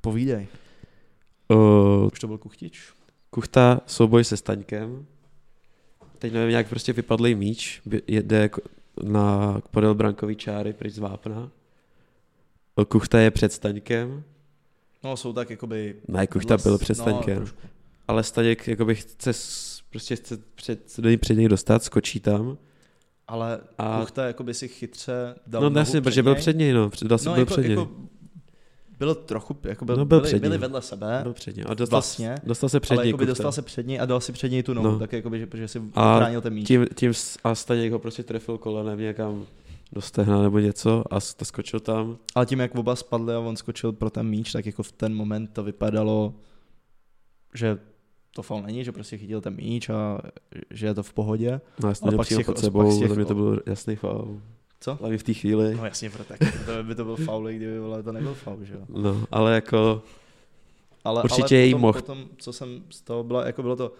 povídej.
Uh,
Už to byl kuchtič.
Kuchta souboj se Staňkem. Teď nevím, jak prostě vypadlý míč, by- jede k- na podél brankový čáry pryč z vápna. Kuchta je před Staňkem.
No, jsou tak jakoby...
Ne, Kuchta byl před
No,
Staňkem.
trošku.
ale Staněk jakoby chce, s- prostě chce před, se do něj před něj dostat, skočí tam.
ale
A-
a... Kuchta jakoby si chytře dal
no
nohu
jasně, protože byl
něj.
před něj, no, před, dal,
no,
byl
jako,
před něj.
jako byl trochu, jako byl,
No,
no,
byl
byl byli,
před
byli
ním.
vedle sebe,
byl
byl
před něj. A dostal,
vlastně,
dostal se před
ale
něj.
jakoby
Kuchta.
dostal se před něj a dal si před něj tu nohu,
No.
tak jakoby, že, protože si
A
bránil ten míč.
Tím, tím s- a Staněk ho prostě trefil kolenem někam do stehna nebo něco a s- to skočil tam.
Ale tím, jak oba spadli a on skočil pro ten míč, tak jako v ten moment to vypadalo, že to faul není, že prostě chytil ten míč a že je to v pohodě.
No a Staněk
pak z
přijel
těch-
pod
pak
sebou,
z těch-
za mě to byl jasný faul.
Co?
Hlavně v té chvíli.
No jasně, tak to by to byl faul, i kdyby vole, to nebyl faul, že jo.
No, ale jako,
Ale,
Určitě
ale
jej
potom,
mohl.
potom, co jsem z toho byla, jako bylo to,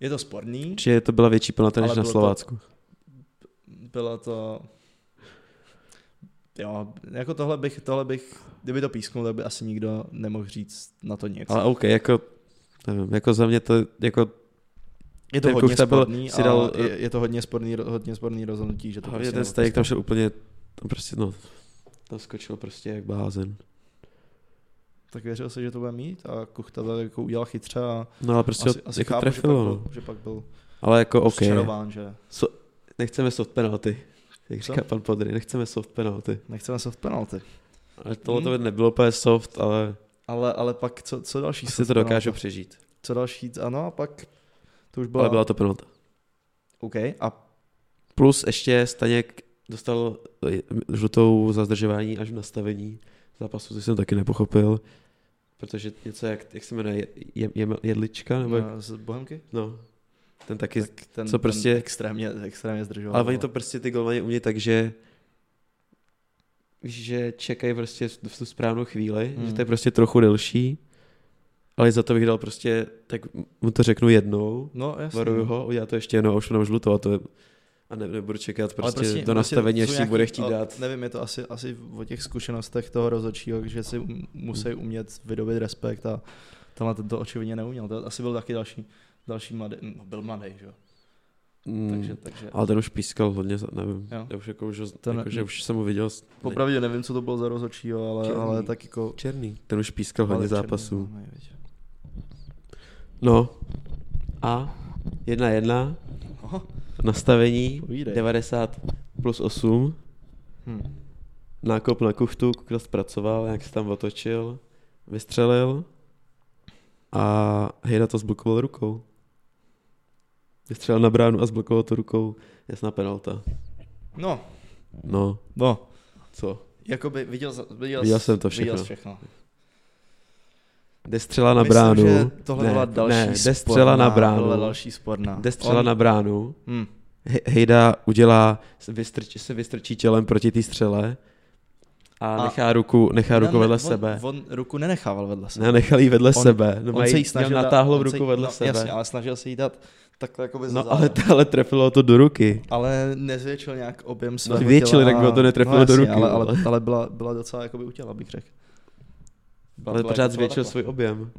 je to sporný,
určitě to byla větší penalta než
Ale
na
bylo to-
Slovácku.
bylo to, jo, jako tohle bych, tohle bych, kdyby to písknul, tak by asi nikdo nemohl říct na to nic.
Ale OK, jako, nevím, jako za mě to, jako
je to
ten
hodně
Kuchta Jako byl-
sporný,
si
si
dal-
dal, je, je, to hodně sporný, ro- hodně sporný rozhodnutí, že to
Hlavně
prostě
ten
nemohl
stajek tam
písknout.
šel úplně, tam prostě no, tam skočil prostě jak blázen.
Tak věřil se, že to bude mít a Kuchta to jako udělal chytře a
No ale prostě
asi,
ho
asi
jako
chápu,
trefilo,
že,
no.
pak byl, že pak byl
Ale jako OK,
okay. čarován, že
so, nechceme soft penalty. Jak
Co?
říká pan Podry, nechceme soft penalty.
nechceme soft penalty.
Ale tohle to
Hmm.
by nebylo úplně soft, ale
Ale, ale pak co, co další?
asi
soft
to dokážu
penalta?
přežít.
Co další? Ano, a pak to už
Byla...
byla...
Ale byla to penalta.
OK, a
Plus ještě Staněk dostal eh, žlutou za zdržování až v nastavení zápasu, což jsem taky nepochopil. Protože něco, jak, jak se jmenuje, je, je, je, jedlička? Nebo, no.
eh, z Bohemky?
no. Ten taky
Tak no. ten,
co prostě-
ten extrémně, extrémně zdržoval.
Ale oni to prostě ty golmani umějí tak, že že čekají prostě v tu správnou chvíli,
Mm.
že to je prostě trochu delší, ale za to bych dal prostě, tak mu to řeknu jednou,
No, jasně.
varuju ho, udělá to ještě jednou a už mu dám žlutou a to je, a ne, nebudu čekat
Ale
prostě, prostě do nastavení,
jsou
až si
nějaký-
bude chtít
ale
dát.
Nevím, je to asi, asi o těch zkušenostech toho rozhodčího, že si um-
Mm.
musí umět vydobit respekt a tenhle ten to očividně neuměl. To asi byl taky další, další mladý, no, byl mladý, že jo.
Mm,
Takže, takže
ale ten už pískal hodně, za- nevím,
Jo.
já už jako, už, ho-
To ne-
jako, že už jsem ho viděl s- ne,
popravdě nevím, co to bylo za rozhodčího, ale,
Černý.
ale tak jako...
černý, ten už pískal hodně
ale černý
zápasů.
máme, viď.
No a jedna jedna,
Aha.
nastavení
Povídej.
90 plus 8,
Hm.
nákop na kuchtu, kdo zpracoval, jak se tam otočil, vystřelil a Hejda to zblokoval rukou. Vystřelil na bránu a zblokoval to rukou. Jasná penalta.
No,
No,
no,
co?
jakoby viděl, za- viděl,
Viděl
jsi-
jsem to
Viděl jsi
všechno.
všechno.
Jde střela na
Myslím,
bránu.
že tohle
ne,
byla další
ne, jde střela
sporná,
na
Byla
bránu.
další sporná.
Jde střela na bránu.
Hm.
He- Hejda udělá, se vystrčí, se vystrčí tělem proti té střele a,
A-
nechá ruku, nechá ruku
Ne,
vedle
on,
sebe.
On ruku nenechával vedle sebe.
Ne, nechal jí vedle
On-
sebe. No,
on se jí snažil dát-
natáhl
on se jí-
ruku vedle
no,
sebe.
Jasně, ale snažil se jí dát takhle jako
no, ale, ale trefilo to do ruky.
ale nezvětšil nějak objem svého
zvětšil,
těla. No,
tak by ho to netrefilo do ruky,
Ale,
vole.
ale, ale byla, byla docela jakoby u těla, bych řekl. Byla-
Ale
byla
pořád
jako celá
zvětšil
takhle.
svůj objem.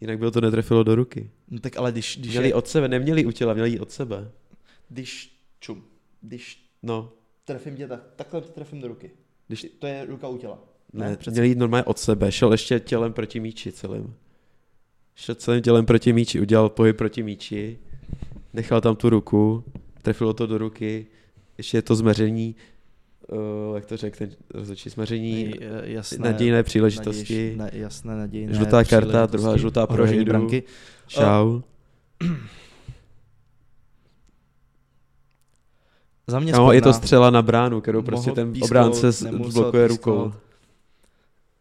Jinak by ho to netrefilo do ruky.
No, tak ale když, když,
Měli
je,
od sebe, neměli u těla, měli ji od sebe.
když čum, když
No,
trefím tě, tak, takhle tě trefím do ruky.
Když-
To je ruka u těla.
ne,
Ne,
ne
přece.
měl jít normálně od sebe, šel ještě tělem proti míči celým. Šel celým tělem proti míči, udělal pohyb proti míči, nechal tam tu ruku, trefilo to do ruky, ještě je to zmeření, uh, jak to řekl ten rozhodčí, zmeření,
Nej- eh, jasné,
nadějné příležitosti,
nadějiš- na, jasné, nadějné
žlutá karta,
příležitosti,
druhá žlutá pro
ohrožení
Hejdu,
branky.
čau.
Za mě
Kámo, je to
sporná.
střela na bránu, kterou
Mohl
prostě ten
písknout,
obránce z-
nemusel
blokuje
písknout.
rukou.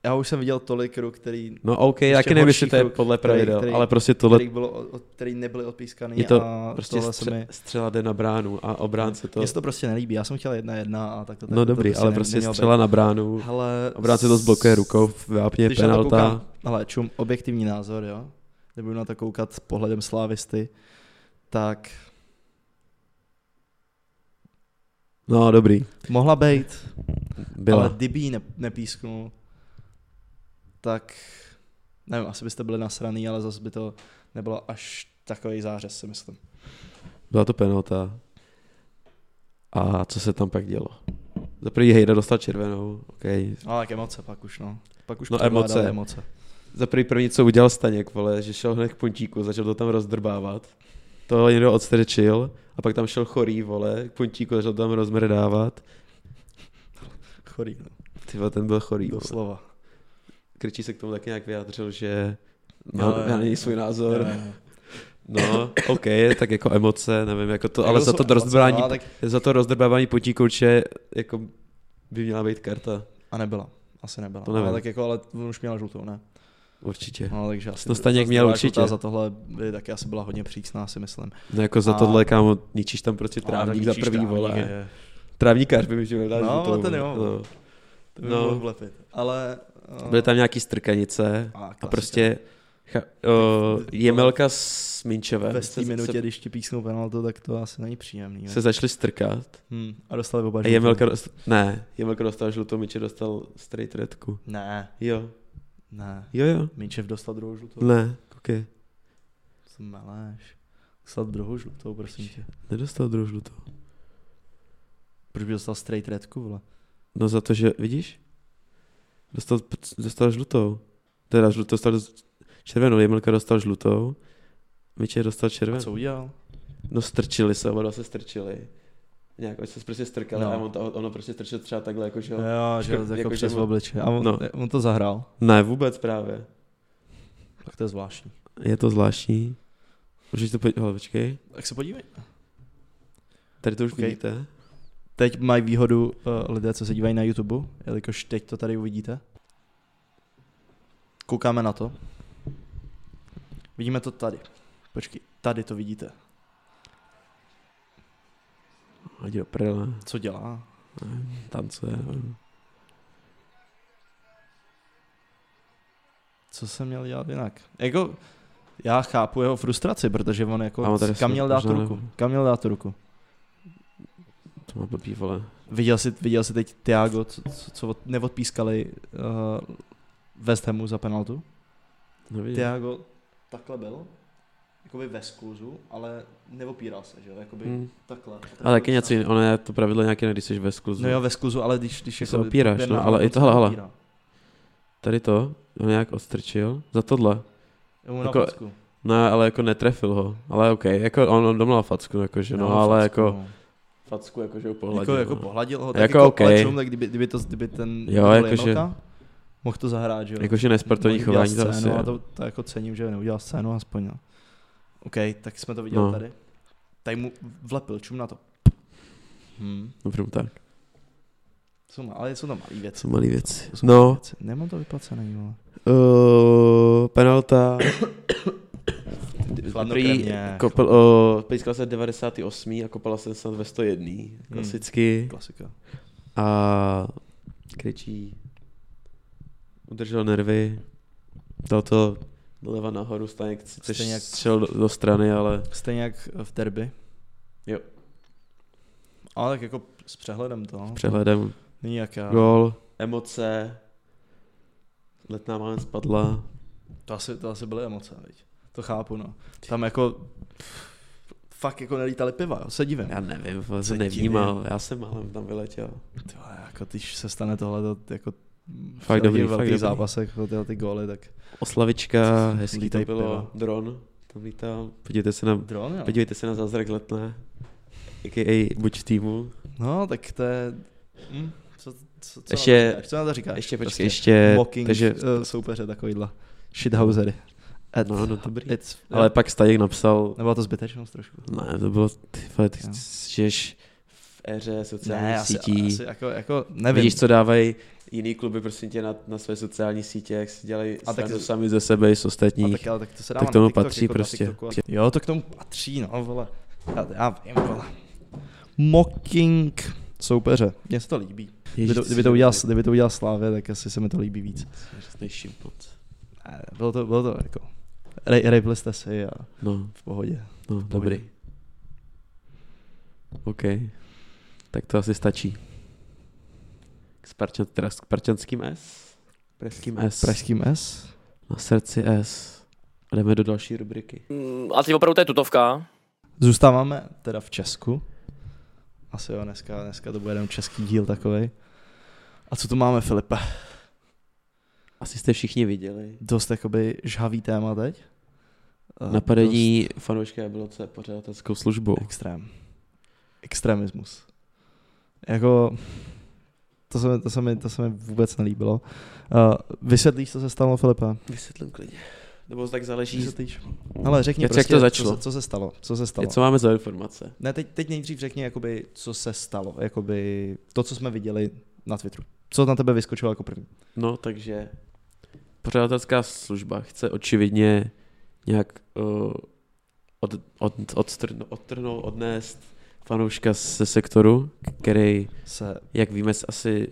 Já už jsem viděl tolik ruk, který,
No OK,
Ještě
taky nevím, jestli
horší
to je
krok,
podle
který-
pravidel,
který-
ale prostě tohle
který, bylo, od- který nebyly odpískaný
Je to
a
prostě
tohle se
stře-
mi...
střela jde na bránu a obránce to...
Mně se to prostě nelíbí, já jsem chtěl jedna jedna a tak to tak
No
to
dobrý, ale
ne-
prostě
nemělo být.
střela na bránu,
Hele,
obránce to zblokuje rukou, vápně
Když penalta. na to
penalta.
koukám, hele, čum, objektivní názor, jo, nebudu na to koukat s pohledem slávisty, tak
No dobrý,
mohla být,
byla.
ale kdyby ji ne, nepísknul, tak nevím, asi byste byli nasraný, ale zase by to nebylo až takový zářez, si myslím.
Byla to penalta. A co se tam pak dělo? Za prvý Hejda dostal červenou, OK.
Ale tak emoce pak už, no. Pak už
No,
převládaly
emoce.
emoce.
Za prvý první, co udělal Staněk, vole, že šel hned k puntíku, začal to tam rozdrbávat. To někdo odstrčil a pak tam šel chorý, vole, k puntíku, začal to tam rozmrdávat.
Chorý, no.
Ty vole, ten byl chorý. vole.
Doslova.
Krčí se k tomu taky nějak vyjádřil, že
Jo,
má,
jo,
já není
jo.
svůj
Jo,
názor.
jo, jo.
No, OK, tak jako emoce, nevím, jako to,
Tak
ale
to
za
jsou
to,
emoce,
rozdrbání,
no, ale tak-
za to rozdrbávání potíkouče, jako by měla být karta,
A nebyla. Asi nebyla.
To
To ale
nevím.
tak jako, ale on už měla žlutou, ne?
určitě.
No, takže asi...
No, Staněk
zase
měl
byla
určitě.
žlutá Za tohle by taky asi byla hodně přísná, si myslím.
No jako za
A-
tohle, kámo, ničíš tam prostě
Ale
trávník
tak
za
ničíš
první,
trávník,
vole.
je.
Trávníkář by mi měl dát
No,
žlutou,
ale ten
vole.
jo.
No.
To by
No.
no. vlepit. Ale... eh,
Byly tam nějaký strkanice
a
a
klasika.
prostě cha, o, Jemelka s Minčevem
Ve
se-
té minutě,
se,
když ti písnou penaltu, tak to asi není příjemný.
se
Se...
začali strkat
Hmm. A dostali oba
a
žlutou.
Jemelka, dost- ne, Jemelka dostal žlutou, Minče dostal straight redku.
Ne,
Jo,
ne.
jo, jo,
Minčev dostal druhou žlutou.
ne, koukej,
Smeleš. Dostal druhou žlutou, prosím tě.
nedostal druhou žlutou.
Proč by dostal straight redku, vole?
No za to, že, vidíš? Dostal, dostal žlutou. Teda žlutou, dostal z- červenou, Jemelka dostal žlutou, Miče dostal
A
červenou.
co udělal?
No strčili se, oba dva se strčili. Nějak, oni se prostě strkali
No.
a on to, ono prostě strčil třeba takhle, jako že jo.
Jo, že
Jako-
jako,
jako,
jako
že
přes
mu-
obliče. A on,
No.
no. on to zahrál.
Ne, vůbec právě.
Tak to je zvláštní.
Je to zvláštní. Můžeš to podívat, počkej.
Tak se podívej.
Tady to už
Okej.
vidíte.
Teď mají výhodu uh, lidé, co se dívají na YouTube, jelikož teď to tady uvidíte. Koukáme na to. Vidíme to tady. Počkej, tady to vidíte.
Hodí do prdele,
Co dělá?
tancuje. nevím.
Co jsem měl dělat jinak? Jako, já chápu jeho frustraci, protože on jako,
Kámo, tady
kam
jsem
měl dát tu
možná
ruku?
nevím.
Kam měl dát tu ruku?
To má blbý, vole.
Viděl jsi, viděl jsi teď Tiago, co, co- co od, neodpískali uh, West Hamu za penaltu?
Nevidím.
Tiago takhle byl, jakoby ve skluzu, ale neopíral se, že jo, jakoby
Hm.
takhle.
Ale taky něco jiného, ono je to pravidlo nějaké, když jsi ve skluzu.
No jo, ve skluzu, ale když, když jako
Ty se
jakoby
opíráš,
pěná,
no, ale
on
i
se
tohle, hele.
opírá.
Tady to, on nějak odstrčil, za tohle.
Jo, na
Jako-
facku.
Ne, ale jako netrefil ho, ale OK, jako on, on domlal facku, jakože, no,
na
ale
facku,
jako,
no.
facku, jakože ho
jako,
pohladil.
jako
no.
pohladil ho, tak
Jako
jako, jako
okej.
okay. plečům, tak kdyby, kdyby, to, kdyby ten
Jo,
to byl
jakože-
Jemelka, mohl to zahrát, že jo.
Jakože nesportovní
Neudělal
chování to asi
scénu,
je.
a to, to jako cením, že neudělal scénu aspoň. No. OK, tak jsme to viděli
No.
no. tady. Tady mu vlepil, čum na to. Hmm.
No, prům tak,
Jsou, ma- ale jsou to malé věci.
co malý věci.
To jsou malý
No,
věci. Nemám to vyplacené, vole.
uh, penalta.
Chladnokrevně.
kopl,
jako-
uh, pejskal se 98 a kopala se snad ve
Hmm.
101, klasicky.
Klasika.
A kričí, udržel nervy, dal to doleva nahoru, Staněk sice
Stejně jak-
střel do, do strany, ale
Stejně jak v derby.
Jo.
Ale tak jako s přehledem to. no.
přehledem
Není jak já.
Gol, emoce, letná málem spadla.
To asi, to asi byly emoce, viď? To chápu, no. Tam jako pff, fakt jako nelítaly piva, jo? se divím.
Já nevím, vole,
Co
jsem
ti
nevnímal, já jsem málem tam vyletěl.
Ty vole, jako když se stane tohle, to, jako v
Fakt dobrý,
těch
fakt
velkých
dobrý.
zápasech, jako tyhle ty góly, tak
Oslavička,
Co-
hezký to
lítaj
bylo,
piva.
dron tam lítal. Podívejte se na,
dron, jo.
podívejte se na zázrak letné, a.k.a. buď v týmu.
No, tak to je... Hm? Co, co, co,
Ještě-
na to říkáš? co na to říkáš?
Ještě,
Prostě
počkej, ještě,
Walking
takže,
takže, uh, soupeře takovýhle. Shithousery. At,
no, no, dobrý.
It's,
Ale pak Stajek napsal,
Nebyla to zbytečnost trošku.
ne, to bylo, ty vole, ty
No. Jo.
žiješ v éře sociálních
ne, asi,
sítí.
asi jako, jako nevím.
Vidíš, co dávají jiný kluby, prosím tě, na, na své sociální sítě, jak si dělají
A
a
tak-
tak, sami ze sebe i z
a
ostatních.
tak, ale, tak to se dává
Tak
na
tomu
TikTok,
patří
jako na
prostě.
TikToku a- Jo, to k tomu patří, no, vole. Já, já vím, vole. Mocking soupeře. Mně se to líbí. Kdyby to, kdyby to, udělal, kdyby to udělal Slávě, tak asi se mi to líbí víc. Ne, Bylo to, bylo to jako... Rej, rejpli jste si a
No,
v pohodě.
no, dobrý. OK. Tak to asi stačí. K Sparčan, teda s Sparčanským S? Pražským S.
Pražským S.
Na srdci S. A jdeme do další rubriky.
Mm, Asi opravdu to je tutovka.
Zůstáváme teda v Česku. Asi jo, dneska, dneska to bude jenom český díl takovej. A co tu máme, Filipe?
Asi jste všichni viděli.
Dost jakoby žhavý téma teď. Eh,
Napadení fanouška bylo pořadatelskou službou.
dost Extrém. Extremismus. Jako... To se, mi, to, se mi, to se mi vůbec nelíbilo. Uh, vysvětlíš, co se stalo, Filipe?
Vysvětlím klidně. Nebo tak záleží,
Vysvětlíš? Ale řekni
Jak- jak
prostě,
to začalo?
Co, se- co se stalo? Co se stalo?
co máme za informace.
Ne, teď, teď nejdřív řekni, jakoby, co se stalo, jakoby, to, co jsme viděli na Twitteru. Co na tebe vyskočilo jako první?
No, takže pořadatelská služba chce očividně nějak uh, od, od, odstrno, odtrhnout, odnést fanouška ze sektoru, který,
Se,
jak víme, s- asi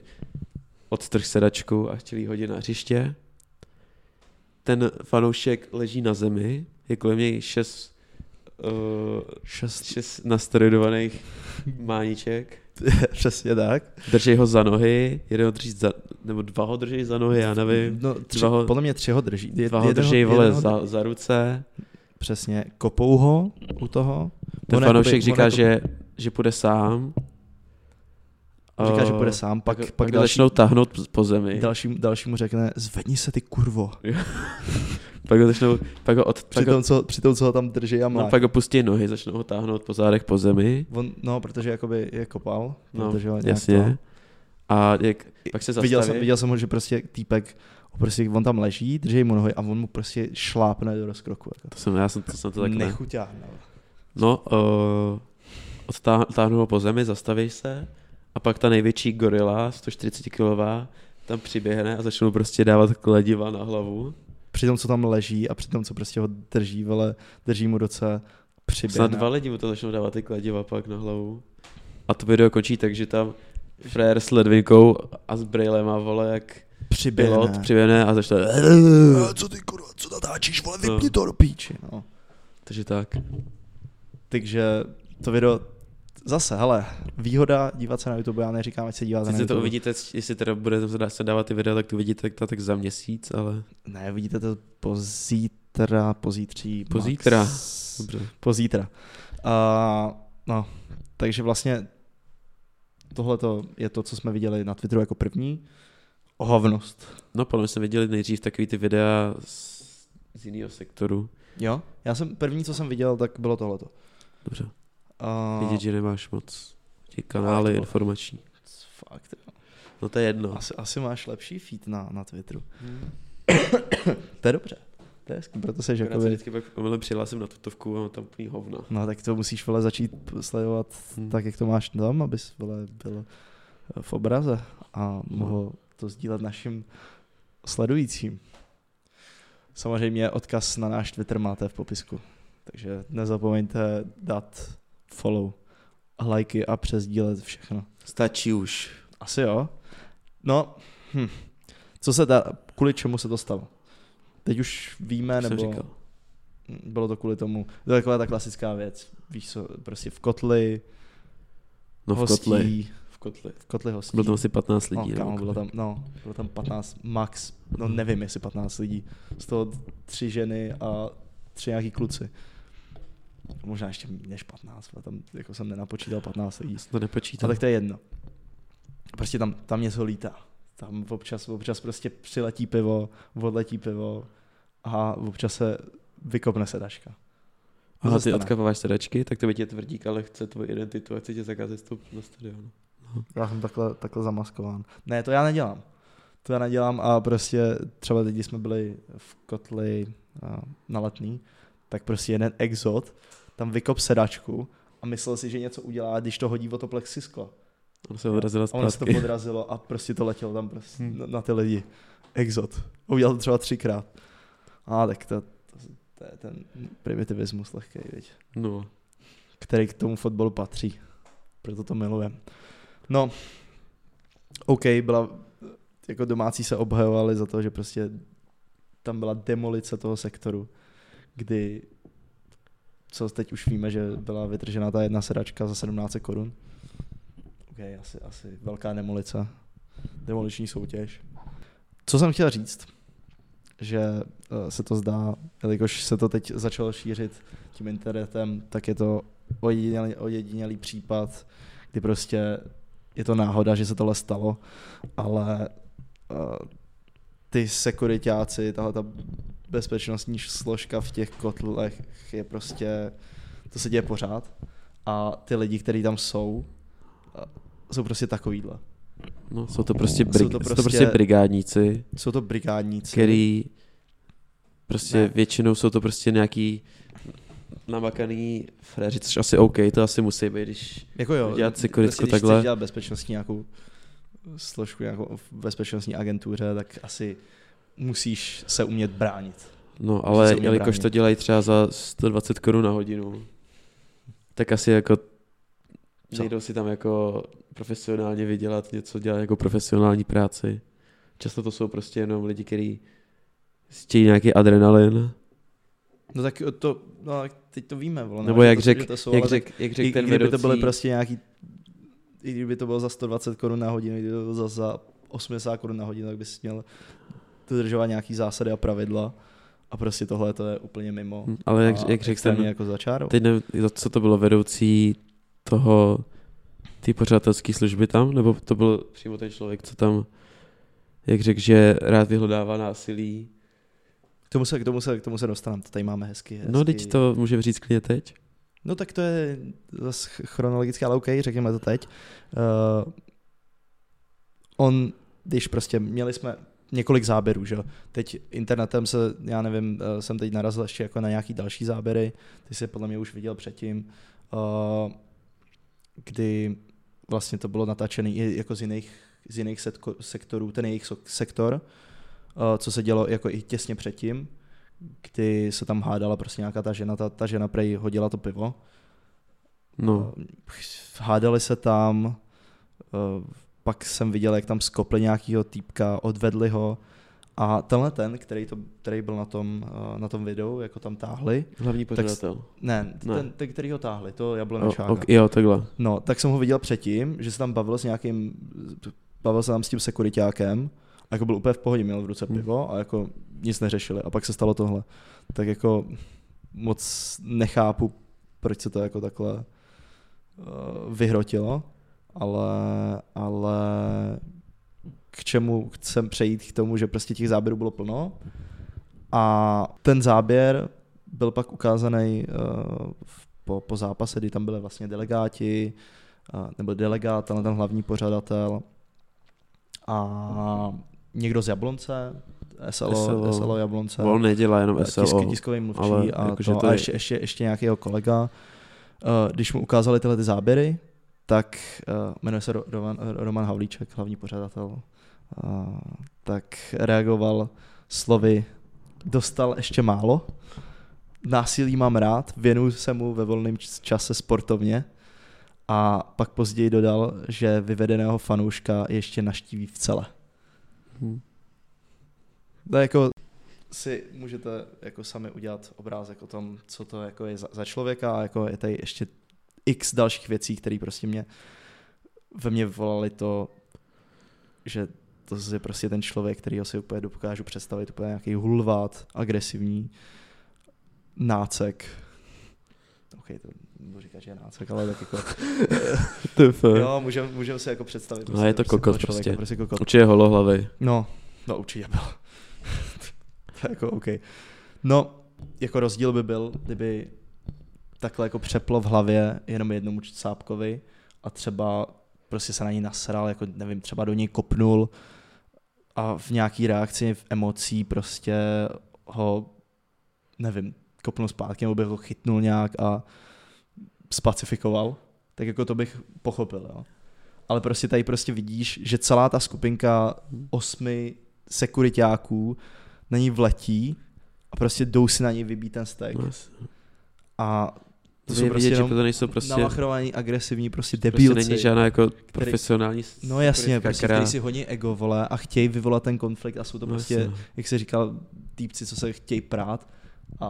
odtrh sedačku a chtěl jí hodit na hřiště. Ten fanoušek leží na zemi, je kolem něj šest, uh,
šest,
šest nasteroidovaných mániček.
přesně tak.
Držej ho za nohy, jeden ho drží za, nebo dva ho drží za nohy, já nevím.
No, tři,
dva ho-
podle mě tři ho drží. Je-
Dva ho
jeden
držej,
jeden
vole,
ho-
za, za ruce.
Přesně, kopou ho u toho.
Ten
On
fanoušek
jakoby- on
říká,
jakoby-
že, že půjde sám.
Říká, že
Eh,
půjde sám, pak,
tak,
pak,
pak
další,
začnou tahnout p- po zemi.
další, dalšímu řekne, zvedni se ty kurvo.
Pak ho začnou, pak ho, od,
Při
pak, ho,
tom, co, při tom, co ho tam drží a má.
no, pak ho pustí nohy, začnou ho táhnout po zádech po zemi.
On, no, protože jakoby je kopal.
No,
protože ho nějak to-
jasně. A jak, pak se zastaví.
Viděl jsem, viděl jsem ho, že prostě týpek, prostě on tam leží, drží mu nohy a on mu prostě šlápne do rozkroku. Jako.
To jsem, já jsem to, jsem to tak ne.
Nechuťá. No.
No, uh, odtáhnu ho po zemi, zastaví se a pak ta největší gorila, 140 kg, tam přiběhne a začnou prostě dávat kladiva na hlavu.
Při tom, co tam leží a při tom, co prostě ho drží, vole, drží mu ruce, přiběhne.
Snad dva lidi mu to začnou dávat ty kladiva pak na hlavu. A to video končí tak, že tam frér s ledvinkou a s brailema vole jak
přiběhne.
pilot přiběhne a začne
Eh, Co ty kurva, co natáčíš, vole,
No.
vypni to do píči. No.
Takže tak.
Takže to video, zase, hele, výhoda dívat se na YouTube, já neříkám, ať se díváte na
Sice
YouTube.
to uvidíte, jestli teda bude se dávat ty videa, tak to vidíte tak, tak za měsíc, ale
Ne, vidíte to pozítra, pozítří. max.
Pozítra. dobře.
pozítra. A, no, takže vlastně tohle je to, co jsme viděli na Twitteru jako první. Ohavnost.
No, podle mě jsme viděli nejdřív takový ty videa z, z jiného sektoru.
Jo? Já jsem první, co jsem viděl, tak bylo tohleto.
Dobře,
A,
vidět, že nemáš moc ty
No,
kanály
to-
informační.
Fakt, jo.
No to je jedno.
asi, asi máš lepší feed na, na Twitteru.
Hmm.
to je dobře. To je hezký, proto se
Akorát se
jakoby...
vždycky pak omylem přihlásím na tutovku a mám tam plný hovna.
No tak to musíš vole začít sledovat
Hmm.
tak, jak to máš tam, abys vole byl eh, v obraze a mohl to sdílet našim sledujícím. Samozřejmě odkaz na náš Twitter máte v popisku, takže nezapomeňte dát follow, lajky a přesdílet všechno.
Stačí už.
Asi jo. No, hm. co se ta, kvůli čemu se to stalo? Teď už
Ne,
víme,
jsem
nebo...
říkal.
Bylo to kvůli tomu, to je taková ta klasická věc, víš co, prostě v kotli,
No v
hostí,
kotli. V kotli.
v kotli hostí.
Bylo tam asi 15
no,
lidí.
kámo,
nebo
bylo
kolik.
tam, no, bylo tam 15 max, no nevím jestli 15 lidí, z toho tři ženy a tři nějaký kluci. Možná ještě méně než 15, ale tam jako jsem nenapočítal 15 lidí.
Já jsem to
A
nepočítám.
tak to je jedno. Prostě tam, tam něco lítá. Tam občas, občas prostě přiletí pivo, odletí pivo a občas se vykopne sedačka.
A ty
Zastane.
odkapáváš sedačky, tak to by tě tvrdík, ale chce tvoji identitu a chce tě zakázat vstup na stadion.
Já jsem takhle, takhle zamaskován. Ne, to já nedělám. To já nedělám a prostě třeba teď, když jsme byli v kotli a, na letný, tak prostě jeden exot tam vykop sedačku a myslel si, že něco udělá, když to hodí o to plexisklo.
On se odrazil
A ono se to
zpátky.
podrazilo a prostě to letělo tam prostě na, na ty lidi. Exot. A Udělal to třeba třikrát. A tak to, to, to je ten primitivismus lehký, viď?
No,
který k tomu fotbalu patří. Proto to milujem. No, OK, byla, jako domácí se obhajovali za to, že prostě tam byla demolice toho sektoru, kdy, co teď už víme, že byla vytržena ta jedna sedačka za 17 korun. OK, asi, asi velká demolice. Demoliční soutěž. Co jsem chtěl říct, že eh, se to zdá, jelikož se to teď začalo šířit tím internetem, tak je to ojedinělý, ojedinělý případ, kdy prostě je to náhoda, že se tohle stalo, ale uh, ty sekuritáci, tahle ta bezpečnostní složka v těch kotlech je prostě, to se děje pořád a ty lidi, kteří tam jsou, eh, jsou prostě takovýhle.
no jsou to prostě,
Jsou
brig,
to
jsou to prostě...
prostě-
brigádníci,
Jsou to brigádníci.
který prostě
Ne.
ne. většinou jsou to prostě nějaký namakaný fréři, což asi OK, to asi musí být, když
Jako jo,
dělat si
prostě
korytku
když
takhle.
chceš dělat bezpečnostní nějakou složku, nějakou v bezpečnostní agentuře, tak asi musíš se umět bránit.
No,
se
ale
umí
jelikož
bránit.
to dělají třeba za 120 korun na hodinu, tak asi jako nejdou si tam jako profesionálně vydělat něco, dělat jako profesionální práci. Často to jsou prostě jenom lidi, kteří chtějí nějaký adrenalin.
No tak to, no, tak teď to víme, vole,
Nebo
že
jak
to-
řekl
že to jsou,
jak
ale tak
řek, jak řek
i,
ten
i kdyby
vedoucí,
to byly prostě nějaký, i kdyby to bylo za 120 korun na hodinu, i kdyby to bylo za, za 80 korun na hodinu, tak bys měl dodržovat nějaký zásady a pravidla a prostě tohle to je úplně mimo.
Hm, ale jak,
A
jak řekl
extrémně
ten,
jako začárou.
teď nevím, za co to bylo vedoucí toho, ty pořadatelské služby tam, nebo to byl přímo ten člověk, co tam, jak řekl, že rád vyhledává násilí,
K tomu se, k tomu se, k tomu se dostaneme, to tady máme hezky, hezky.
No, teď to můžeme říct klidně teď.
No tak to je zase chronologické, ale OK, řekněme to teď. Uh, on, když prostě měli jsme několik záběrů, že jo. Teď internetem se, já nevím, eh, jsem teď narazil ještě jako na nějaký další záběry, ty jsi je podle mě už viděl předtím, eh, kdy vlastně to bylo natačené i jako z jiných, z jiných setko, sektorů, ten jejich sok- sektor, eh, co se dělo jako i těsně předtím, kdy se tam hádala prostě nějaká ta žena, ta, ta žena prej hodila to pivo,
No,
Ch- hádali se tam, eh, pak jsem viděl, jak tam skopli nějakýho týpka, odvedli ho a tenhle ten, který, to, který byl na tom, eh, na tom videu, jako tam táhli,
hlavní
pořadatel.
pořadatel.
ne,
Ne.
Ten, ten, který ho táhli, to jablonečáka.
ok, jo, takhle.
No, tak jsem ho viděl předtím, že se tam bavil s nějakým, bavil se tam s tím sekuritákem, a jako byl úplně v pohodě, měl v ruce
Hmm.
pivo a jako nic neřešili a pak se stalo tohle. Tak jako moc nechápu, proč se to jako takhle eh, vyhrotilo, ale, ale k čemu chcem přejít k tomu, že prostě těch záběrů bylo plno a ten záběr byl pak ukázaný eh, v- po, po zápase, kdy tam byli vlastně delegáti, eh, nebo delegát, tenhle ten hlavní pořadatel a někdo z Jablonce, SLO,
SLO.
SLO, SLO Jablonce.
On nedělá jenom
SLO, tisk,
SLO.
Eh, tiskový mluvčí
ale
a,
jakože
to,
to
a
je-
ještě, ještě, ještě nějaký jeho kolega. Eh, Když mu ukázali tyhle ty záběry, tak eh, jmenuje se Ro- Roman, eh, Roman Havlíček, hlavní pořadatel, eh, tak reagoval slovy dostal ještě málo, násilí mám rád, věnuju se mu ve volném č- čase sportovně a pak později dodal, že vyvedeného fanouška ještě naštíví v cele.
Hm.
No jako si můžete jako sami udělat obrázek o tom, co to jako je za, za člověka a jako je tady ještě x dalších věcí, které prostě mě ve mně volali to, že to je prostě ten člověk, kterýho si úplně dokážu představit, úplně nějaký hulvát, agresivní, nácek, OK, to budu říkat, že je nácek, ale tak jako,
Tf.
jo, můžeme můžem si jako představit.
No, je to
prostě toho
kokot
člověka,
prostě.
prostě kokot.
Určitě holohlavej.
No, no určitě byl. to je jako OK. No, jako rozdíl by byl, kdyby takhle jako přeplo v hlavě jenom jednomu sápkovi a třeba prostě se na ní nasral, jako nevím, třeba do něj kopnul a v nějaký reakci v emocí prostě ho, nevím, kopnul zpátky nebo by ho chytnul nějak a spacifikoval, tak jako to bych pochopil, jo. Ale prostě tady prostě vidíš, že celá ta skupinka osmi sekuritáků na ní vletí a prostě jdou si na něj vybít ten stek.
No,
A
to
to jsou
je
prostě
vidět, že
jenom
to nejsou prostě...
namachrovaní, agresivní, prostě
Prostě
debilci.
není žádná jako profesionální
No jasně,
sekuritka,
prostě
která-
který si honí ego, vole, a chtějí vyvolat ten konflikt a jsou to
No
prostě,
jasně.
jak se říkal, týpci, co se chtějí prát a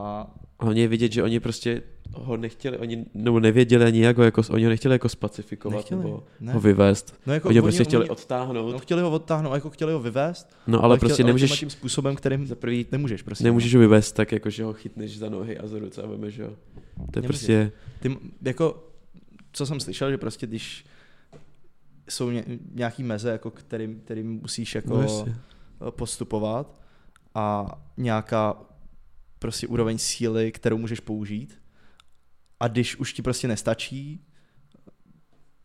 A Hlavně je vidět, že oni prostě ho nechtěli, oni nebo nevěděli ani jak ho, jako, oni ho nechtěli jako spacifikovat
nechtěli.
nebo
Ne.
ho vyvést.
No jako
Jako oni ho prostě chtěli
No,
odtáhnout,
chtěli ho odtáhnout, jako chtěli ho vyvést,
no ale
ale
prostě
chtěli,
nemůžeš,
ale tím způsobem, kterým
za prvý
nemůžeš prostě.
nemůžeš ho vyvést tak, jako že ho chytneš za nohy a za ruce a vemeš ho. To je
Nemůžeš.
prostě,
Ty, jako, co jsem slyšel, že prostě když jsou ně, nějaký meze, jako kterým, kterým musíš jako
no jasně.
postupovat a nějaká prostě úroveň síly, kterou můžeš použít. A když už ti prostě nestačí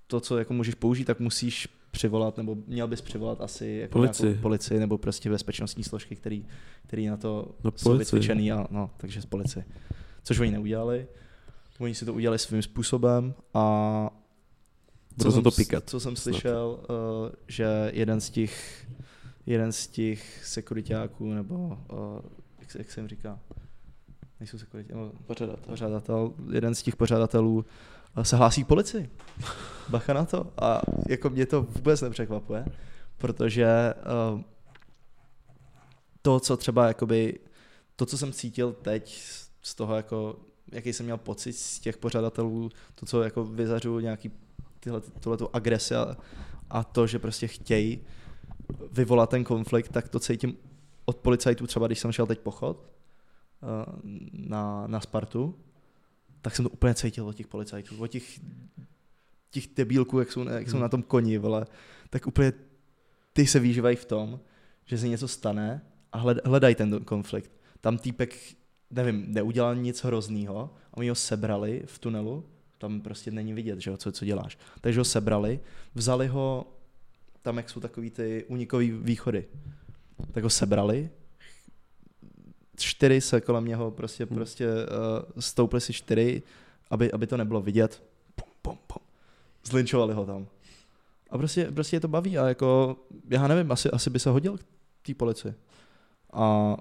to, co jako můžeš použít, tak musíš přivolat, nebo měl bys přivolat asi jako
Policii.
nějakou policii nebo prostě bezpečnostní složky, který, který na to
No,
jsou
policii.
vycvičený. A, no, takže z policii. Což oni neudělali. Oni si to udělali svým způsobem a
Budou za
jsem
to
s-
pikat.
Co jsem slyšel, uh, že jeden z těch, jeden z těch sekuritáků, nebo uh, jak, se, jak se jim říká, nejsou sekuritáci, no,
Pořadat.
pořadatel, jeden z těch pořadatelů eh, se hlásí k policii. Bacha na to. A jako mě to vůbec nepřekvapuje, protože eh, to, co třeba jakoby, to, co jsem cítil teď z- z toho, jako, jaký jsem měl pocit z těch pořadatelů, to, co jako vyzařuju nějaký tyhle, tuhle tu agresi a, a, to, že prostě chtějí vyvolat ten konflikt, tak to cítím od policajtů, třeba když jsem šel teď pochod, eh, na, na Spartu, tak jsem to úplně cítil od těch policajtů, od těch, těch debílků, jak jsou, na- jak jsou na tom koni, vole, tak úplně ty se výžívají v tom, že se něco stane a hled- hledají ten konflikt. Tam týpek, nevím, neudělal nic hroznýho a oni ho sebrali v tunelu, tam prostě není vidět, že jo, co, co děláš. Takže ho sebrali, vzali ho tam, jak jsou takový ty unikový východy, tak ho sebrali, čtyři se kolem něho prostě,
Hmm.
prostě uh, stoupli si čtyři, aby, aby to nebylo vidět. Pum, pum, pum. Zlinčovali ho tam. A prostě, prostě je to baví a jako, já nevím, asi, asi by se hodil k té policii. A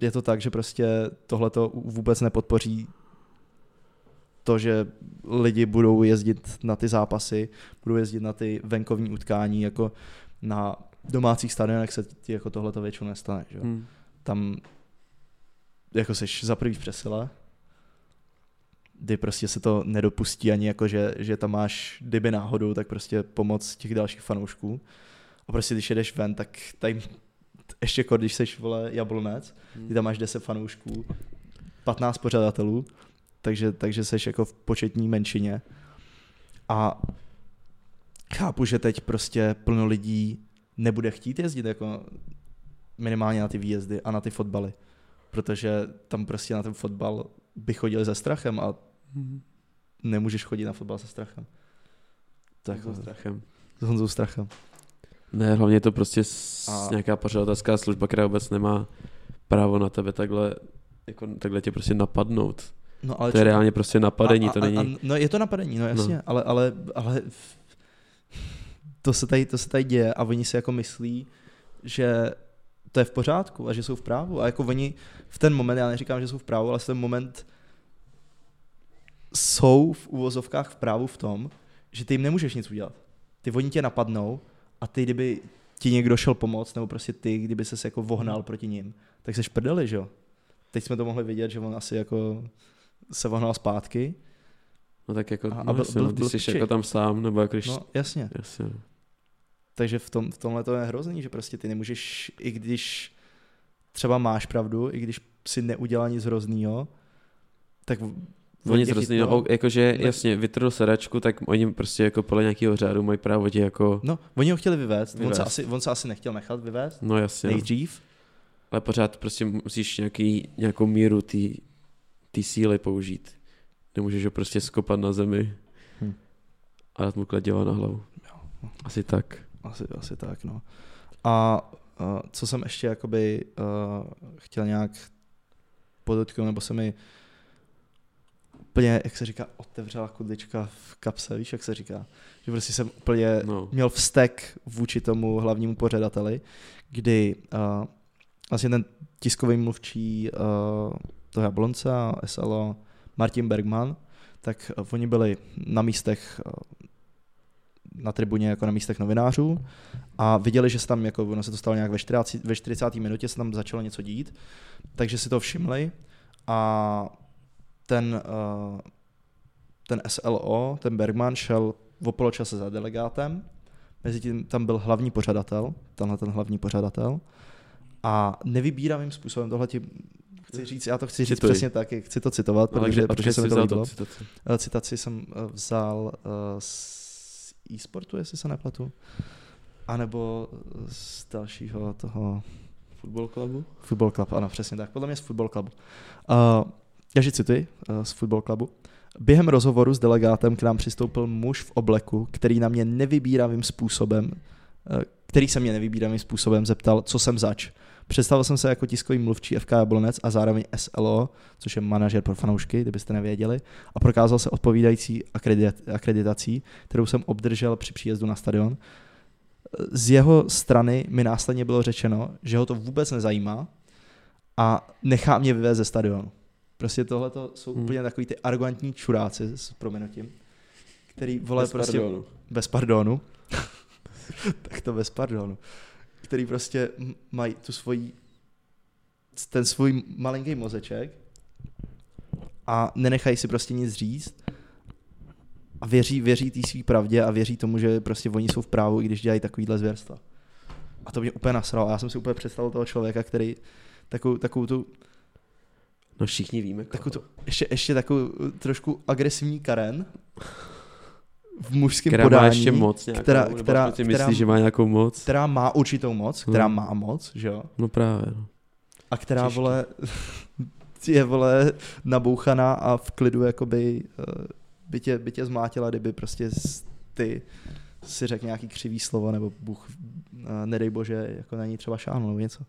je to tak, že prostě tohle to vůbec nepodpoří to, že lidi budou jezdit na ty zápasy, budou jezdit na ty venkovní utkání, jako na domácích stadionech se ti jako tohle to většinou nestane. Že? jo?
Hmm.
tam jako seš za prvý v přesile, kdy prostě se to nedopustí ani jako, že, že tam máš, kdyby náhodou, tak prostě pomoc těch dalších fanoušků. A prostě když jedeš ven, tak tady ještě jako když seš, vole, jablonec, ty tam máš 10 fanoušků, 15 pořadatelů, takže, takže seš jako v početní menšině. A chápu, že teď prostě plno lidí nebude chtít jezdit jako minimálně na ty výjezdy a na ty fotbaly, protože tam prostě na ten fotbal by chodili se strachem a
Hm.
nemůžeš chodit na fotbal se strachem. To je
Tak, no,
jako
strachem.
s Honzou strachem.
Ne, hlavně je to prostě s,
A-
nějaká pořadatelská služba, která vůbec nemá právo na tebe takhle, jako takhle tě prostě napadnout.
No, ale
To je reálně prostě napadení,
a,
to
a,
není...
A, no je to napadení, no jasně, no. ale, ale, ale v- to, se tady, to se tady děje a oni si jako myslí, že to je v pořádku a že jsou v právu a jako oni v ten moment, já neříkám, že jsou v právu, ale v ten moment jsou v uvozovkách v právu v tom, že ty jim nemůžeš nic udělat. Ty oni tě napadnou a ty, kdyby ti někdo šel pomoct, nebo prostě ty, kdyby ses jako vohnal proti ním, tak seš v prdeli, že jo? Teď jsme to mohli vidět, že on asi jako se vohnal zpátky,
No tak jako,
A- a
no,
byl-
jasně,
byl-
no,
byl
ty jsi
piči.
jako tam sám, nebo jako když...
No, jasně.
Jasně, no.
Takže v, tom, v tomhle to je hrozný, že prostě ty nemůžeš, i když třeba máš pravdu, i když si neudělal nic hroznýho, tak v-
O nic
Tě
rozdíl,
chytlo.
no, jakože jasně, vytrhl sedačku, tak oni prostě jako podle nějakého řádu mají právo tě jako,
No, oni ho chtěli vyvést, On,
Vyvést.
se asi, on se asi nechtěl nechat vyvést
no jasně, no.
nejdřív.
ale pořád prostě musíš nějaký, nějakou míru tý- tý síly použít. Nemůžeš ho prostě skopat na zemi
Hm.
a dát mu kladěva na hlavu. Asi tak.
Asi, asi tak, no. A uh, co jsem ještě jakoby uh, chtěl nějak podotknout, nebo se mi úplně, jak se říká, otevřela kudlička v kapse, víš, jak se říká? Že prostě jsem úplně
No.
měl vztek vůči tomu hlavnímu pořadateli, kdy uh, vlastně ten tiskový mluvčí uh, toho Jablonce a SLO Martin Bergman, tak eh, oni byli na místech eh, na tribuně jako na místech novinářů a viděli, že se tam, jako ono se to stalo nějak ve 40, ve 40. minutě, se tam začalo něco dít, takže si to všimli a ten, eh, ten SLO, ten Bergman šel v poločase za delegátem, mezitím tam byl hlavní pořadatel, tenhle ten hlavní pořadatel a nevybíravým způsobem tohle ti chci říct, já to chci říct
Cituji.
přesně tak, chci to citovat,
Ale
protože,
kde,
protože se mi
jsi
to
vzal
líbilo.
tu citaci?
Eh, Citaci jsem eh, vzal eh, z e-sportu, jestli se nepletu, anebo eh, z dalšího toho
Football klubu?
Football Club, ano, přesně tak. Podle mě z Football Clubu. Uh, já že cituji uh, z Football Clubu. Během rozhovoru s delegátem k nám přistoupil muž v obleku, který na mě nevybíravým způsobem, uh, který se mě nevybíravým způsobem zeptal, co jsem zač. Představil jsem se jako tiskový mluvčí FK Jablonec a zároveň SLO, což je manažer pro fanoušky, kdybyste nevěděli, a prokázal se odpovídající akredit- akreditací, kterou jsem obdržel při příjezdu na stadion. Z jeho strany mi následně bylo řečeno, že ho to vůbec nezajímá, a nechá mě vyvést ze stadionu. Prostě tohle jsou
Hmm.
hmm. úplně takový ty arrogantní čuráci s prominutím, který vole
Bez
prostě
pardonu.
bez pardonu. tak to bez pardonu. Který prostě m- mají tu svoji, ten svůj malinký mozeček a nenechají si prostě nic říct a věří, věří té svý pravdě a věří tomu, že prostě oni jsou v právu, i když dělají takovýhle zvěrstva. A to mě úplně nasralo. A já jsem si úplně představil toho člověka, který takovou, takovou tu
No všichni víme. koho.
Takovou to, ještě, ještě takovou trošku agresivní Karen v mužském
která
podání,
má ještě moc nějakou,
která-
nebo
která-
aspoň si myslí,
která-
že má nějakou moc.
která má určitou moc, která
Hmm.
má moc, že jo?
No právě. No.
A která,
Těžký.
vole, je, vole, nabouchaná a v klidu, jakoby, eh, by tě, by tě zmlátila, kdyby prostě s- ty si řekl nějaký křivý slovo, nebo Bůh, eh, nedej bože, jako na ní třeba šáhnul nebo něco.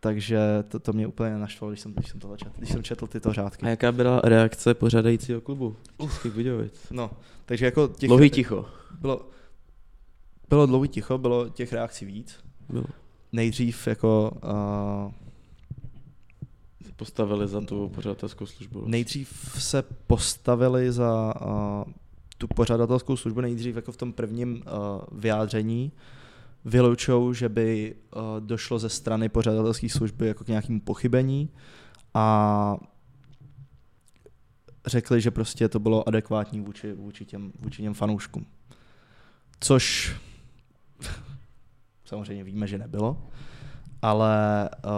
Takže to, to mě úplně naštvalo, když jsem, když jsem tohle četl, když jsem četl tyto řádky.
A jaká byla reakce pořádajícího klubu? Českých Budějovic.
No, takže jako těch,
Dlouhý ticho.
bylo, bylo dlouhý ticho, bylo těch reakcí víc.
Bylo.
Nejdřív jako uh,
Postavili za tu pořadatelskou službu. vlastně.
Nejdřív se postavili za uh, tu pořadatelskou službu, nejdřív jako v tom prvním uh, vyjádření vyloučou, že by uh, došlo ze strany pořadatelské služby jako k nějakému pochybení a řekli, že prostě to bylo adekvátní vůči, vůči, těm, vůči těm fanouškům. Což samozřejmě víme, že nebylo, ale uh,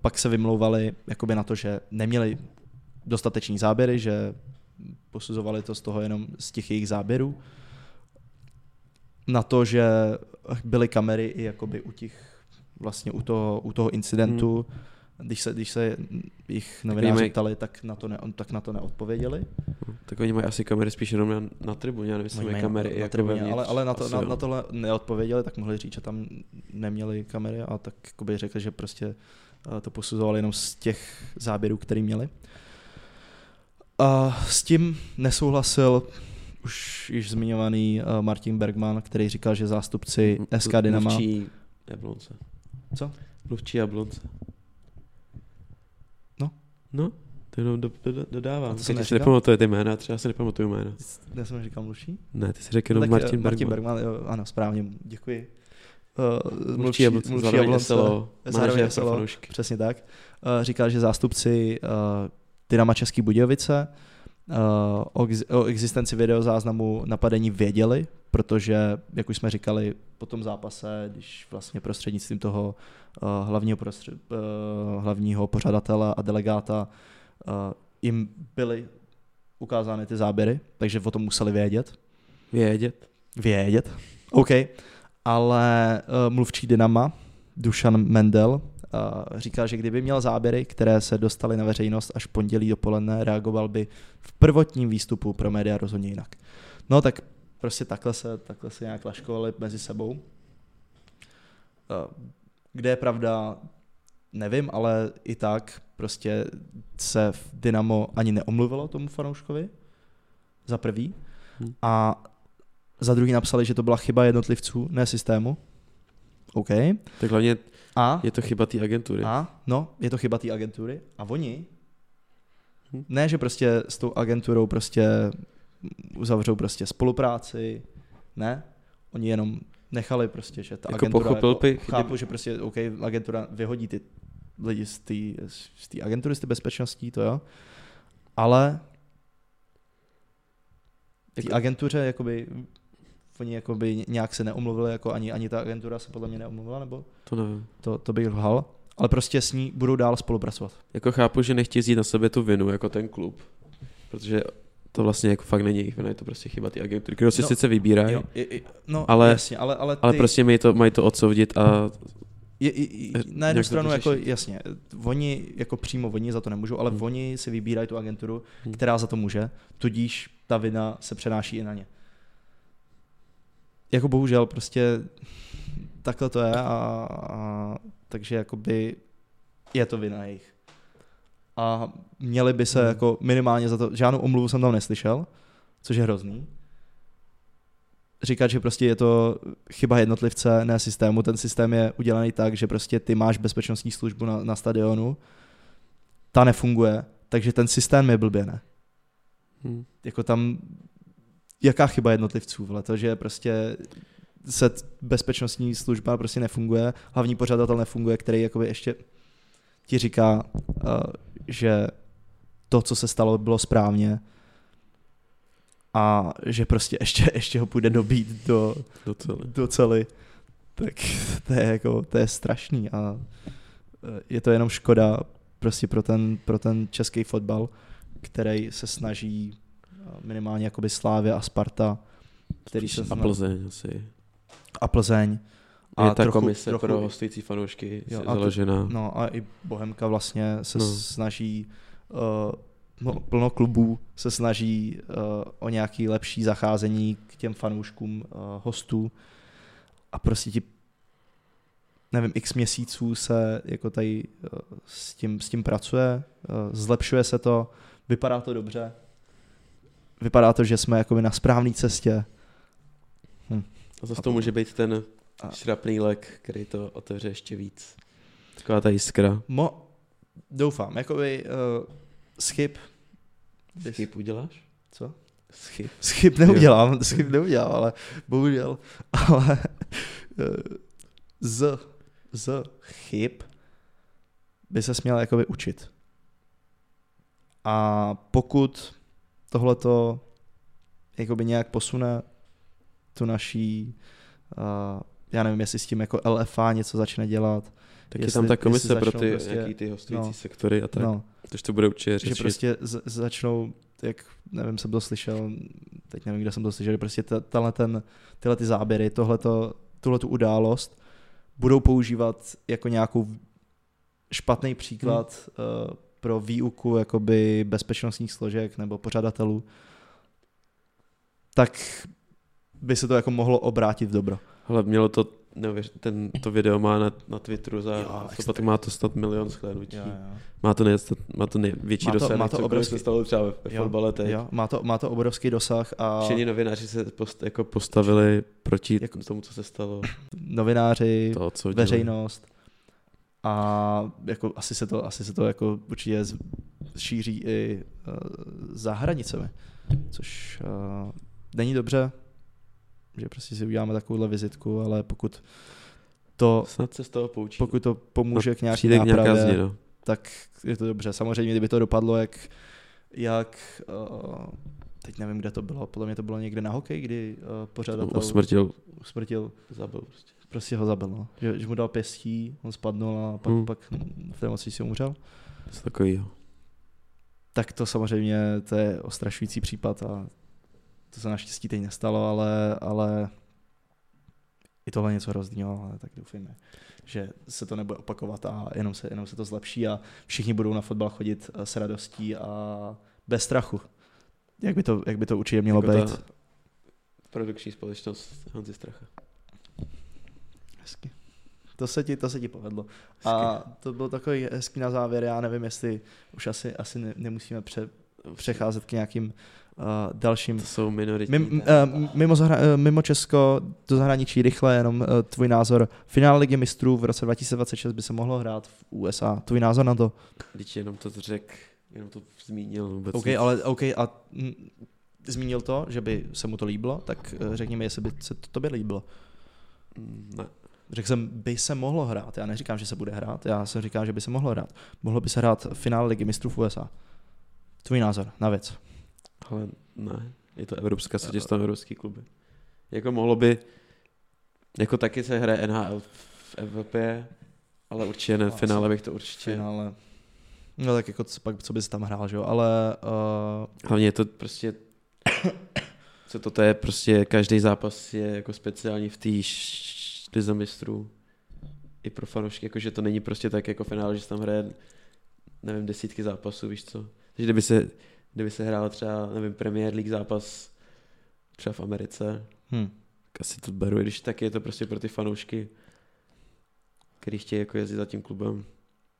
pak se vymlouvali jakoby na to, že neměli dostateční záběry, že posuzovali to z toho jenom z těch jejich záběrů. Na to, že byly kamery i jakoby u těch vlastně u toho, u toho incidentu, hmm. když se, když se jich novináři
mají-
ptali, tak na to, ne, tak na to neodpověděli.
Tak oni mají asi kamery spíš jenom na, na tribuně, já nevím, jestli
No. Oni
mají
mají
kamery
na,
i
na
jako
tribuně,
vevnitř.
ale, ale na, to,
Asi
na,
jo.
na tohle neodpověděli, tak mohli říct, že tam neměli kamery a tak jakoby řekli, že prostě eh, to posuzovali jenom z těch záběrů, který měli. A s tím nesouhlasil už již zmiňovaný eh, Martin Bergman, který říkal, že zástupci
M-
SK Dynama...
Mluvčí Jablonce.
Co?
Mluvčí Jablonce.
No.
No, to jenom do, do, do,
A
dodávám.
to jsem
Když si
neříkal?
nepamatuje ty jména, třeba si nepamatuju jména.
Já jsem říkal mluvčí?
Ne, ty jsi řekl jenom
tak, eh,
Martin
Martin
Bergman.
Bergman, jo, ano, správně, děkuji. Uh,
Mluvčí Jablonce.
mluvčí
zároveň
Jablonce.
SLO,
zároveň
manažer pro
SLO.
fanoušky.
Přesně tak. Eh, Říkal, že zástupci eh, Dynama Český Budějovice eh, o ex- o existenci videozáznamu napadení věděli, protože, jak už jsme říkali, po tom zápase, když vlastně prostřednictvím toho eh, hlavního, prostřed, hlavního pořadatele a delegáta eh, jim eh, byly ukázány ty záběry, takže o tom museli vědět.
Vědět.
Vědět. OK. Ale uh, mluvčí Dynama, Dušan Mendel, uh, říkal, že kdyby měl záběry, které se dostaly na veřejnost až pondělí dopoledne, reagoval by v prvotním výstupu pro média rozhodně jinak. No tak prostě takhle se, takhle se nějak laškovali mezi sebou. Uh, Kde je pravda, nevím, ale i tak prostě se v Dynamo ani neomluvilo tomu fanouškovi za prvý
Hm.
a za druhý napsali, že to byla chyba jednotlivců, ne systému. OK.
Tak hlavně
A,
je to chyba té agentury.
a no, je to chyba té agentury a oni
Hm.
ne, že prostě s tou agenturou prostě uzavřou prostě spolupráci, ne, oni jenom nechali prostě, že ta
Jako
agentura,
pochopil by-
chápu, že prostě, OK, agentura vyhodí ty lidi z té z té agentury, z té bezpečností, to jo, ale té
Jako-
agentuře, jakoby, oni jakoby nějak se neomluvili, jako ani, ani ta agentura se podle mě neomluvila, nebo
To nevím.
to, to bych lhal, ale prostě s ní budou dál spolupracovat.
Jako chápu, že nechtějí vzít na sebe tu vinu, jako ten klub. Protože to vlastně jako fakt není jejich vina, je to prostě chyba té agentury, kterou si
No,
sice vybírají,
Jo, i, i, no, ale,
Ale-
jasně, ale, ale, ty,
ale prostě mají to, mají to odsoudit a
je, i, i, na jednu
nějak to
stranu,
řešit.
jako, jasně, oni, jako přímo oni za to nemůžou, ale
Hmm.
oni si vybírají tu agenturu,
Hmm.
která za to může, tudíž ta vina se přenáší i na ně. Jako bohužel, prostě takhle to je a, a takže jakoby je to vina jejich. A měli by se
Hmm.
jako minimálně za to, žádnou omluvu jsem tam neslyšel, což je hrozný. Říkat, že prostě je to chyba jednotlivce, ne systému. Ten systém je udělaný tak, že prostě ty máš bezpečnostní službu na, na stadionu, ta nefunguje, takže ten systém je blbě, ne?
hm,
Jako tam, jaká chyba jednotlivců, vle, to, že prostě se t- bezpečnostní služba prostě nefunguje, hlavní pořadatel nefunguje, který jakoby ještě ti říká, eh, že to, co se stalo, bylo správně a že prostě ještě, ještě ho půjde dobít do,
docela.
docely, tak to je jako, to je strašný a eh, je to jenom škoda prostě pro ten, pro ten český fotbal, který se snaží eh, minimálně jakoby Slávě a Sparta který se
A
zna-
Plzeň asi.
a Plzeň.
A je ta trochu, komise trochu, pro hostující fanoušky
Jo,
jo,
a to-
založená. No.
No a i Bohemka vlastně se no.
No.
snaží, uh, no, plno klubů se snaží uh, o nějaký lepší zacházení k těm fanouškům uh, hostů a prostě ti nevím, x měsíců se jako tady uh, s tím, s tím pracuje, uh, zlepšuje se to, vypadá to dobře, vypadá to, že jsme jakoby na správné cestě.
A zase
a to-
to může být ten
a-
šrapný lek, který to otevře ještě víc. Taková ta jiskra.
Mo, doufám, jakoby uh, schyb, Yes.
Schyb uděláš?
co?
Schyb.
Schyb neudělám, schyb neudělám, ale bohužel. Ale eh, z, z chyb by se směl jakoby učit. A pokud tohleto jakoby nějak posune tu naší, eh, já nevím, jestli s tím jako LFA něco začne dělat,
Tak je
Jestli-
tam ta
jestli
komise pro
začnou
ty,
prostě-
prostě, nějaký ty hostující
no.
no, sektory a tak. No,
no,
Tož to bude určitě
že
řešit.
prostě z- začnou, jak nevím, jsem to slyšel, teď nevím, kde jsem to slyšel, že prostě ta- tenhle ten, tyhle ty záběry, tohleto, tuhle tu událost budou používat jako nějakou špatný příklad eh, pro výuku jakoby bezpečnostních složek nebo pořadatelů, tak by se to jako mohlo obrátit v dobro.
Hele, mělo to, neuvěř, ten, to video má na, na Twitteru za,
Jo,
jo,
extra.
to pak má to snad milion shlédnutí. Má to, nej, má to největší
Má to-
dosah,
má
než
to
cokoliv
obrovský-
se stalo třeba ve ve
Jo,
fotbale teď.
Jo, má, to, má to obrovský dosah a
Všichni novináři se post, jako postavili proti
Jako-
tomu, co se stalo.
novináři,
To, co
veřejnost. A jako asi se to, asi se to jako určitě z- šíří i uh, za hranicemi, což uh, není dobře, že prostě si uděláme takovouhle vizitku, ale pokud to,
Snad se z toho poučí.
pokud to pomůže k nějaké
Přijde k nějaká no.
nápravě,
změna.
tak je to dobře. Samozřejmě, kdyby to dopadlo, jak, jak uh, teď nevím, kde to bylo, podle mě to bylo někde na hokej, kdy uh, pořadatel
Osmrtil,
usmrtil
zabil prostě.
prostě ho zabil, no. že, že mu dal pěstí, on spadnul a pak, hmm.
Hmm.
pak v nemocnici umřel.
Něco takového.
tak to samozřejmě to je ostrašující případ a to se naštěstí teď nestalo, ale, ale i tohle je něco hroznýho, ale tak doufejme, že se to nebude opakovat a jenom se, jenom se to zlepší a všichni budou na fotbal chodit eh, s radostí a bez strachu. Jak by to, jak by to určitě mělo
Jako
jako
ta
být. Ta...
Produkční společnost Honzi Stracha.
Hezky. To se, ti, to se ti povedlo. A to byl takový hezký na závěr. Já nevím, jestli už asi, asi ne, nemusíme pře, přecházet k nějakým uh, dalším
To jsou minoritní.
Mim, eh, mimo, zahra- eh, mimo Česko do zahraničí rychle, jenom eh, tvůj názor. Finále Ligy mistrů v roce 2026 by se mohlo hrát v USA. Tvůj názor na to?
Když jenom to řek, jenom to zmínil vůbec.
OK,
nic.
ale OK, a mm, zmínil to, že by se mu to líbilo, tak eh, řekněme, jestli by se to tobě líbilo.
Mm, Ne.
Řekl jsem, by se mohlo hrát. Já neříkám, že se bude hrát, já jsem říkal, že by se mohlo hrát. Mohlo by se hrát finále Ligy mistrů v USA. Tvůj názor na věc.
Ale ne, je to evropská soutěž, tam evropský kluby. Jako mohlo by, jako taky se hraje NHL v Evropě, ale určitě ne, v
Asi.
finále bych to určitě.
Finále. No tak jako co, pak, co by se tam hrál, že jo, ale eh,
Hlavně je to prostě, co to, to je, prostě každý zápas je jako speciální v té š- lize mistrů. I pro fanoušky, jakože to není prostě tak jako finále, že se tam hraje, nevím, desítky zápasů, víš co. Takže kdyby se, kdyby se hrál třeba, nevím, Premier League zápas třeba v Americe,
hm.
Tak asi to beru, i když tak je to prostě pro ty fanoušky, který chtějí jako jezdit za tím klubem.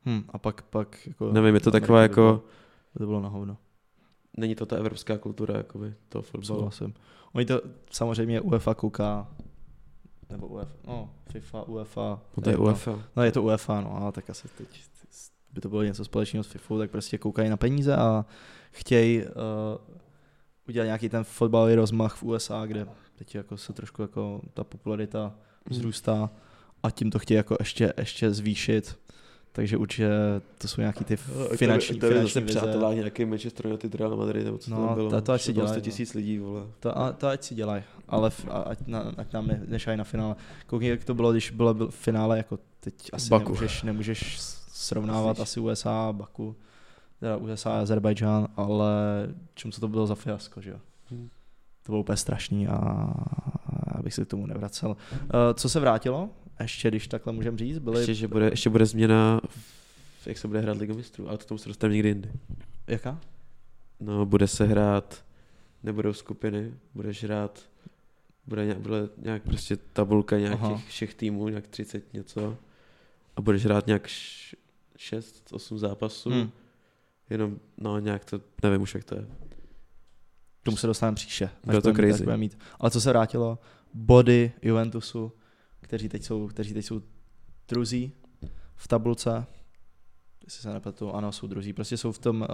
Hmm, a pak, pak jako...
Nevím, je to
Amerika
taková
by bylo-
jako,
by To bylo na hovno,
není to ta evropská kultura jakoby toho fotbalu.
souhlasím. Oni to samozřejmě UEFA kouká, nebo UEFA, no, FIFA, UEFA.
No to je
jedno.
UEFA.
No je to UEFA, no, ale tak asi teď by to bylo něco společného s FIFA, tak prostě koukají na peníze a chtějí uh, udělat nějaký ten fotbalový rozmach v USA, kde teď jako se trošku jako ta popularita
Hmm.
vzrůstá a tím to chtějí jako ještě, ještě zvýšit. Takže určitě to jsou nějaký ty finanční,
No, Hmm. to,
finanční
zase
vize.
přátelá nějaký Manchester United, Real Madrid, nebo co
No,
to tam bylo.
to- to asi
Že bylo
dělají,
100 tisíc lidí, vole.
To, a, to ať si dělají, ale f, a, ať, na, ať nám ne, nešají na finále. Koukni, jak to bylo, když bylo byl finále, jako teď asi
Baku.
nemůžeš, nemůžeš s- srovnávat
Jasně.
asi USA a Baku, teda USA a Azerbajdžán, ale čím co to bylo za fiasko, že jo?
Hmm.
To bylo úplně strašný a abych se k tomu nevracel. Uh, co se vrátilo? Ještě, když takhle můžem říct, byly...
Ještě, že bude, ještě bude změna, v, jak se bude hrát Liga mistrů, ale to k tomu se dostaneme někdy jindy.
Jaká?
No, bude se hrát, nebudou skupiny, budeš hrát, bude nějak, bude nějak prostě tabulka nějakých
Aha.
Aha. všech týmů, nějak 30 něco. A budeš hrát nějak 6, 8 zápasů,
Hmm.
hmm. jenom, no nějak to, nevím už jak to je.
K tomu se dostaneme příště. až
Bylo to
budeme mít,
crazy.
až budeme Mít. Ale co se vrátilo? Body Juventusu, kteří teď jsou, kteří teď jsou druzí v tabulce. Jestli se nepletu, ano, jsou druzí. Prostě jsou v tom, uh,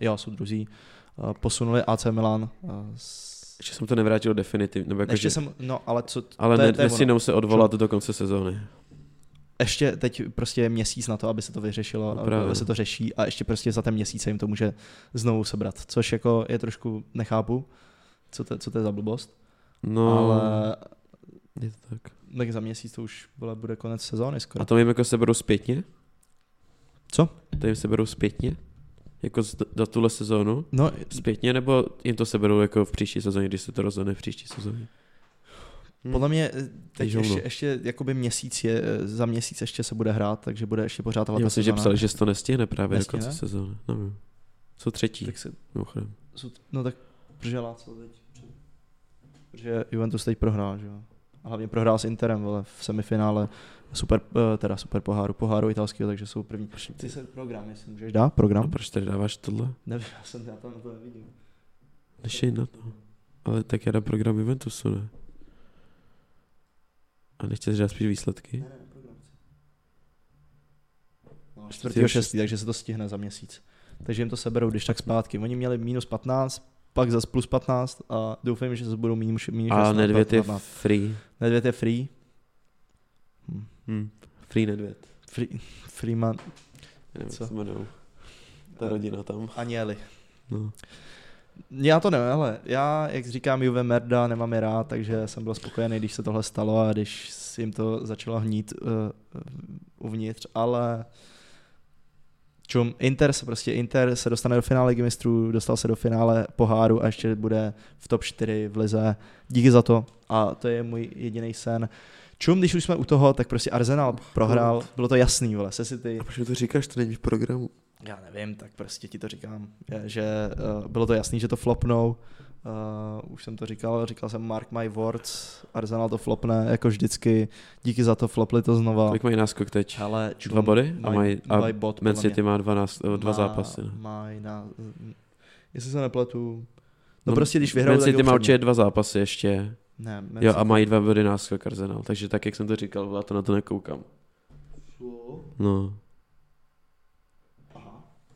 jo, jsou druzí. Uh, posunuli AC Milan. Uh, s...
Ještě jsem to nevrátil definitivně, nebo jako,
Ještě
že,
jsem, no ale co,
ale
to je-
ne, no-
to je
dnes si
ono.
se odvolat do konce sezóny.
ještě teď prostě je měsíc na to, aby se to vyřešilo,
No
no
právě.
aby se to řeší a ještě prostě za ten měsíc se jim to může znovu sebrat, což jako je trošku, nechápu, co to, co to je za blbost,
No, ale...
ale
je to tak.
Tak za měsíc to už vole, bude konec sezóny skoro.
A to jim jako seberou zpětně?
Co?
To jim seberou zpětně? Jako z- za tuhle sezónu?
No,
Zpětně, nebo jim to seberou jako v příští sezóně, když se to rozhodne v příští sezóně?
podle mě eh, teď
Ježovno.
ještě, ještě jakoby měsíc je, eh, za měsíc ještě se bude hrát, takže bude ještě pořád tahle
Já myslím, že
sezóna.
psali, že se to nestihne právě
Nestihne?
do konce sezóny. Nevím. Jsou třetí,
Tak se,
mimochodem.
jsou- no tak držela co teď. Protože Juventus teď prohrál, že jo. A hlavně prohrál s Interem, vole, v semifinále super, eh, teda super poháru, poháru italského, takže jsou první. Ty se program, jestli můžeš dát
No,
program?
proč tady dáváš tohle?
Nevím, já jsem já tam na to nevidím.
Nešej na to. Ale tak já dám program Juventusu, ne? A nechceš dát spíš výsledky?
No,
čtvrtýho
4. 6. takže se to stihne za měsíc. Takže jim to seberou, když tak zpátky. Oni měli minus 15, pak zas plus 15 a doufám, že se budou minus, minus
A
16,
Nedvěd je
15.
free.
Nedvěd je free.
Hm. Free Nedvěd.
Free, Freeman
Já Nevím,
Co?
Co? jak se jmenou. Ta rodina tam.
Anieli.
No.
Já to nevím, ale já, jak říkám, Juve Merda, nemám je rád, takže jsem byl spokojený, když se tohle stalo a když eh, jim to začalo hnít uh, uvnitř, ale Čum, Inter se prostě Inter se dostane do finále Ligy mistrů, dostal se do finále poháru a ještě bude v top 4 v lize. Díky za to a to je můj jediný sen. Čum, když už jsme u toho, tak prostě Arsenal prohrál, bylo to jasný, vole, se City.
A proč mi to říkáš, to není v programu?
Já nevím, tak prostě ti to říkám, je, že uh, bylo to jasný, že to flopnou. Uh, už jsem to říkal, říkal jsem mark my words, Arsenal to flopne, jako vždycky, díky za to flopli to znova.
Kolik mají náskok teď?
Ale čum,
Dva body? A
mají-
mají a
mají bod,
Man
podle mě.
City má dva, nás, dva zápasy. No.
Mají na, jestli se nepletu, no,
No,
prostě když vyhrajou,
Man
tak
City
jdou
má
přední.
určitě dva zápasy ještě.
Ne, Man
jo,
City.
a mají dva body náskok Arsenal. Takže tak, jak jsem to říkal, vole, já to na to nekoukám. No.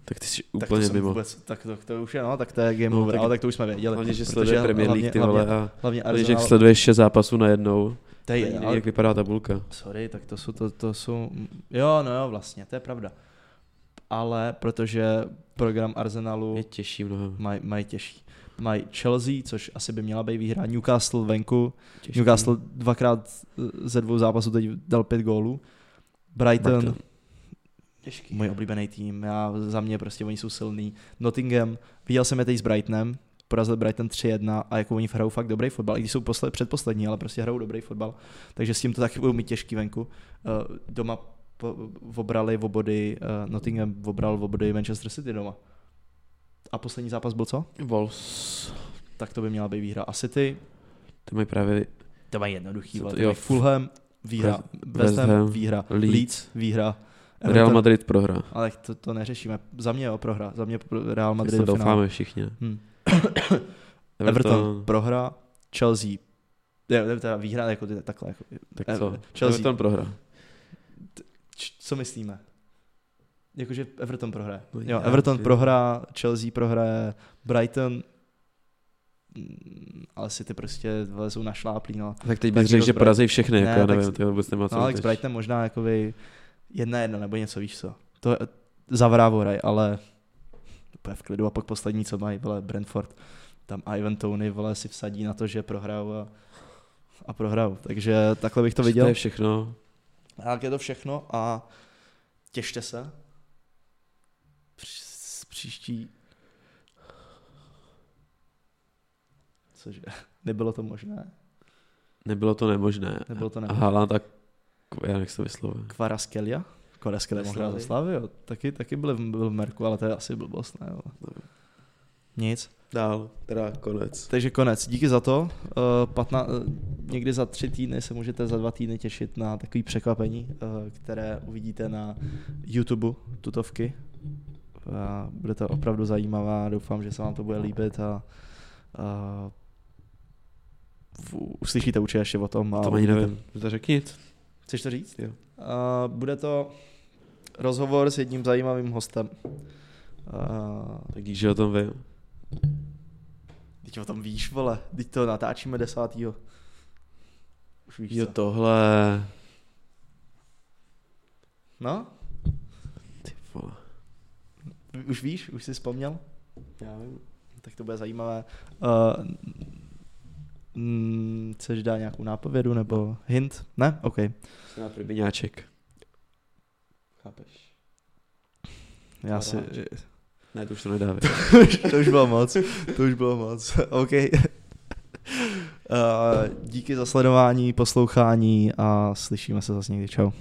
Tak ty jsi
tak to
úplně
jsem
mimo.
Vůbec, tak to, to, už je, no, tak to je game
No,
over,
tak-
ale tak to už jsme věděli.
Hlavně, že
protože
sleduje Premier League,
hlavně-
ty vole,
hlavně-
a
Hlavně
hlavně, že jak
Arsenal,
sleduješ šest zápasů najednou,
to je, ale
jak vypadá tabulka.
Sorry, tak to jsou, to, to jsou, jo, no jo, vlastně, to je pravda. Ale protože program Arsenalu
Je těžší mnohem.
mají maj těžší. Mají Chelsea, což asi by měla být výhra, Newcastle venku,
Těžký.
Newcastle dvakrát eh, ze dvou zápasů teď dal pět gólů, Brighton,
Brighton.
Těžký. můj oblíbený tým, já, za mě prostě oni jsou silný, Nottingham, viděl jsem je teď s Brightonem, porazil Brighton 3-1 a jako oni hrajou fakt dobrý fotbal, i když jsou posled, předposlední, ale prostě hrajou dobrý fotbal, takže s tím to taky budou mít těžký venku. Eh, doma po, obrali v body, eh, Nottingham obral v body Manchester City doma. A poslední zápas byl co?
Wolves.
Tak to by měla být výhra. A City,
Ty mají právě
to mají jednoduchý,
Co
vole,
to-
to
jo,
mají Fulham, výhra, West Ham,
Ham,
výhra,
Leeds,
Leeds, výhra,
Real Madrid prohra.
Ale to, to neřešíme. Za mě jo, prohra. Za mě pro- Real
Tak
Madrid
to
do finále.
doufáme všichni. ne?
Hmm. Everton. prohra, Chelsea ne, ne, teda výhra, jako ty, takhle. Jako,
Tak
Ever-
co?
Chelsea.
Everton prohra.
Č- co myslíme? Jakože Everton prohraje.
No
Jo,
já
Everton
si-
prohraje, Chelsea prohraje, Brighton, Mm, ale si ty prostě vole, jsou našláplí. No.
Tak teď
Tak
bych řekl,
kdo
že
z Bright-
porazí všechny,
Ne,
jako já
tak-
nevím, to vůbec nemá co
No, ale s
řešit.
Brighton možná jakoby jedna jedna nebo něco, víš co. To je zavrávoraj, ale úplně v klidu a pak poslední, co mají, vole Brentford. Tam Ivan Tony, vole, si vsadí na to, že prohrál a, a prohrál. Takže takhle bych to
Takže To
viděl.
je všechno.
A tak je to všechno a těšte se. Při- Příští... Cože? Nebylo to možné?
Nebylo to nemožné.
Nebylo to
A
nemožné.
Haaland a K- já nech se vyslovuje.
Kvaraskelia. Kvaraskelia
Ve
mohl hrát za
Slavii.
Slavy, jo. Taky, taky byl, v- byl v Merku, ale to je asi blbost, ne? Jo. Nic.
Dál, teda konec.
Takže konec. Díky za to. Uh, patna, uh, někdy za tři týdny se můžete za dva týdny těšit na takový překvapení, uh, které uvidíte na YouTube tutovky. Uh, bude to opravdu zajímavá, doufám, že se vám to bude líbit a uh, v- uslyšíte určitě ještě o tom. A
To ani
uvidíte.
nevím. To řekni nic.
Chceš to říct?
Jo.
A Eh, bude to rozhovor s jedním zajímavým hostem. A
Tak dík, že o tom vím.
teď o tom víš, vole. Teď to natáčíme desátýho. Už víš
Jo,
co.
tohle.
No,
Ty vole.
už víš, už jsi vzpomněl?
Já vím.
Tak to bude zajímavé. Uh, mm, chceš dát nějakou nápovědu nebo hint? Ne? OK.
Jsem na prbiňáček. Chápeš?
Já si...
Ne, to už to nedá. vy.
to už bylo moc. To už bylo moc. OK. Eh, Uh, díky za sledování, poslouchání a slyšíme se zase někdy. Čau.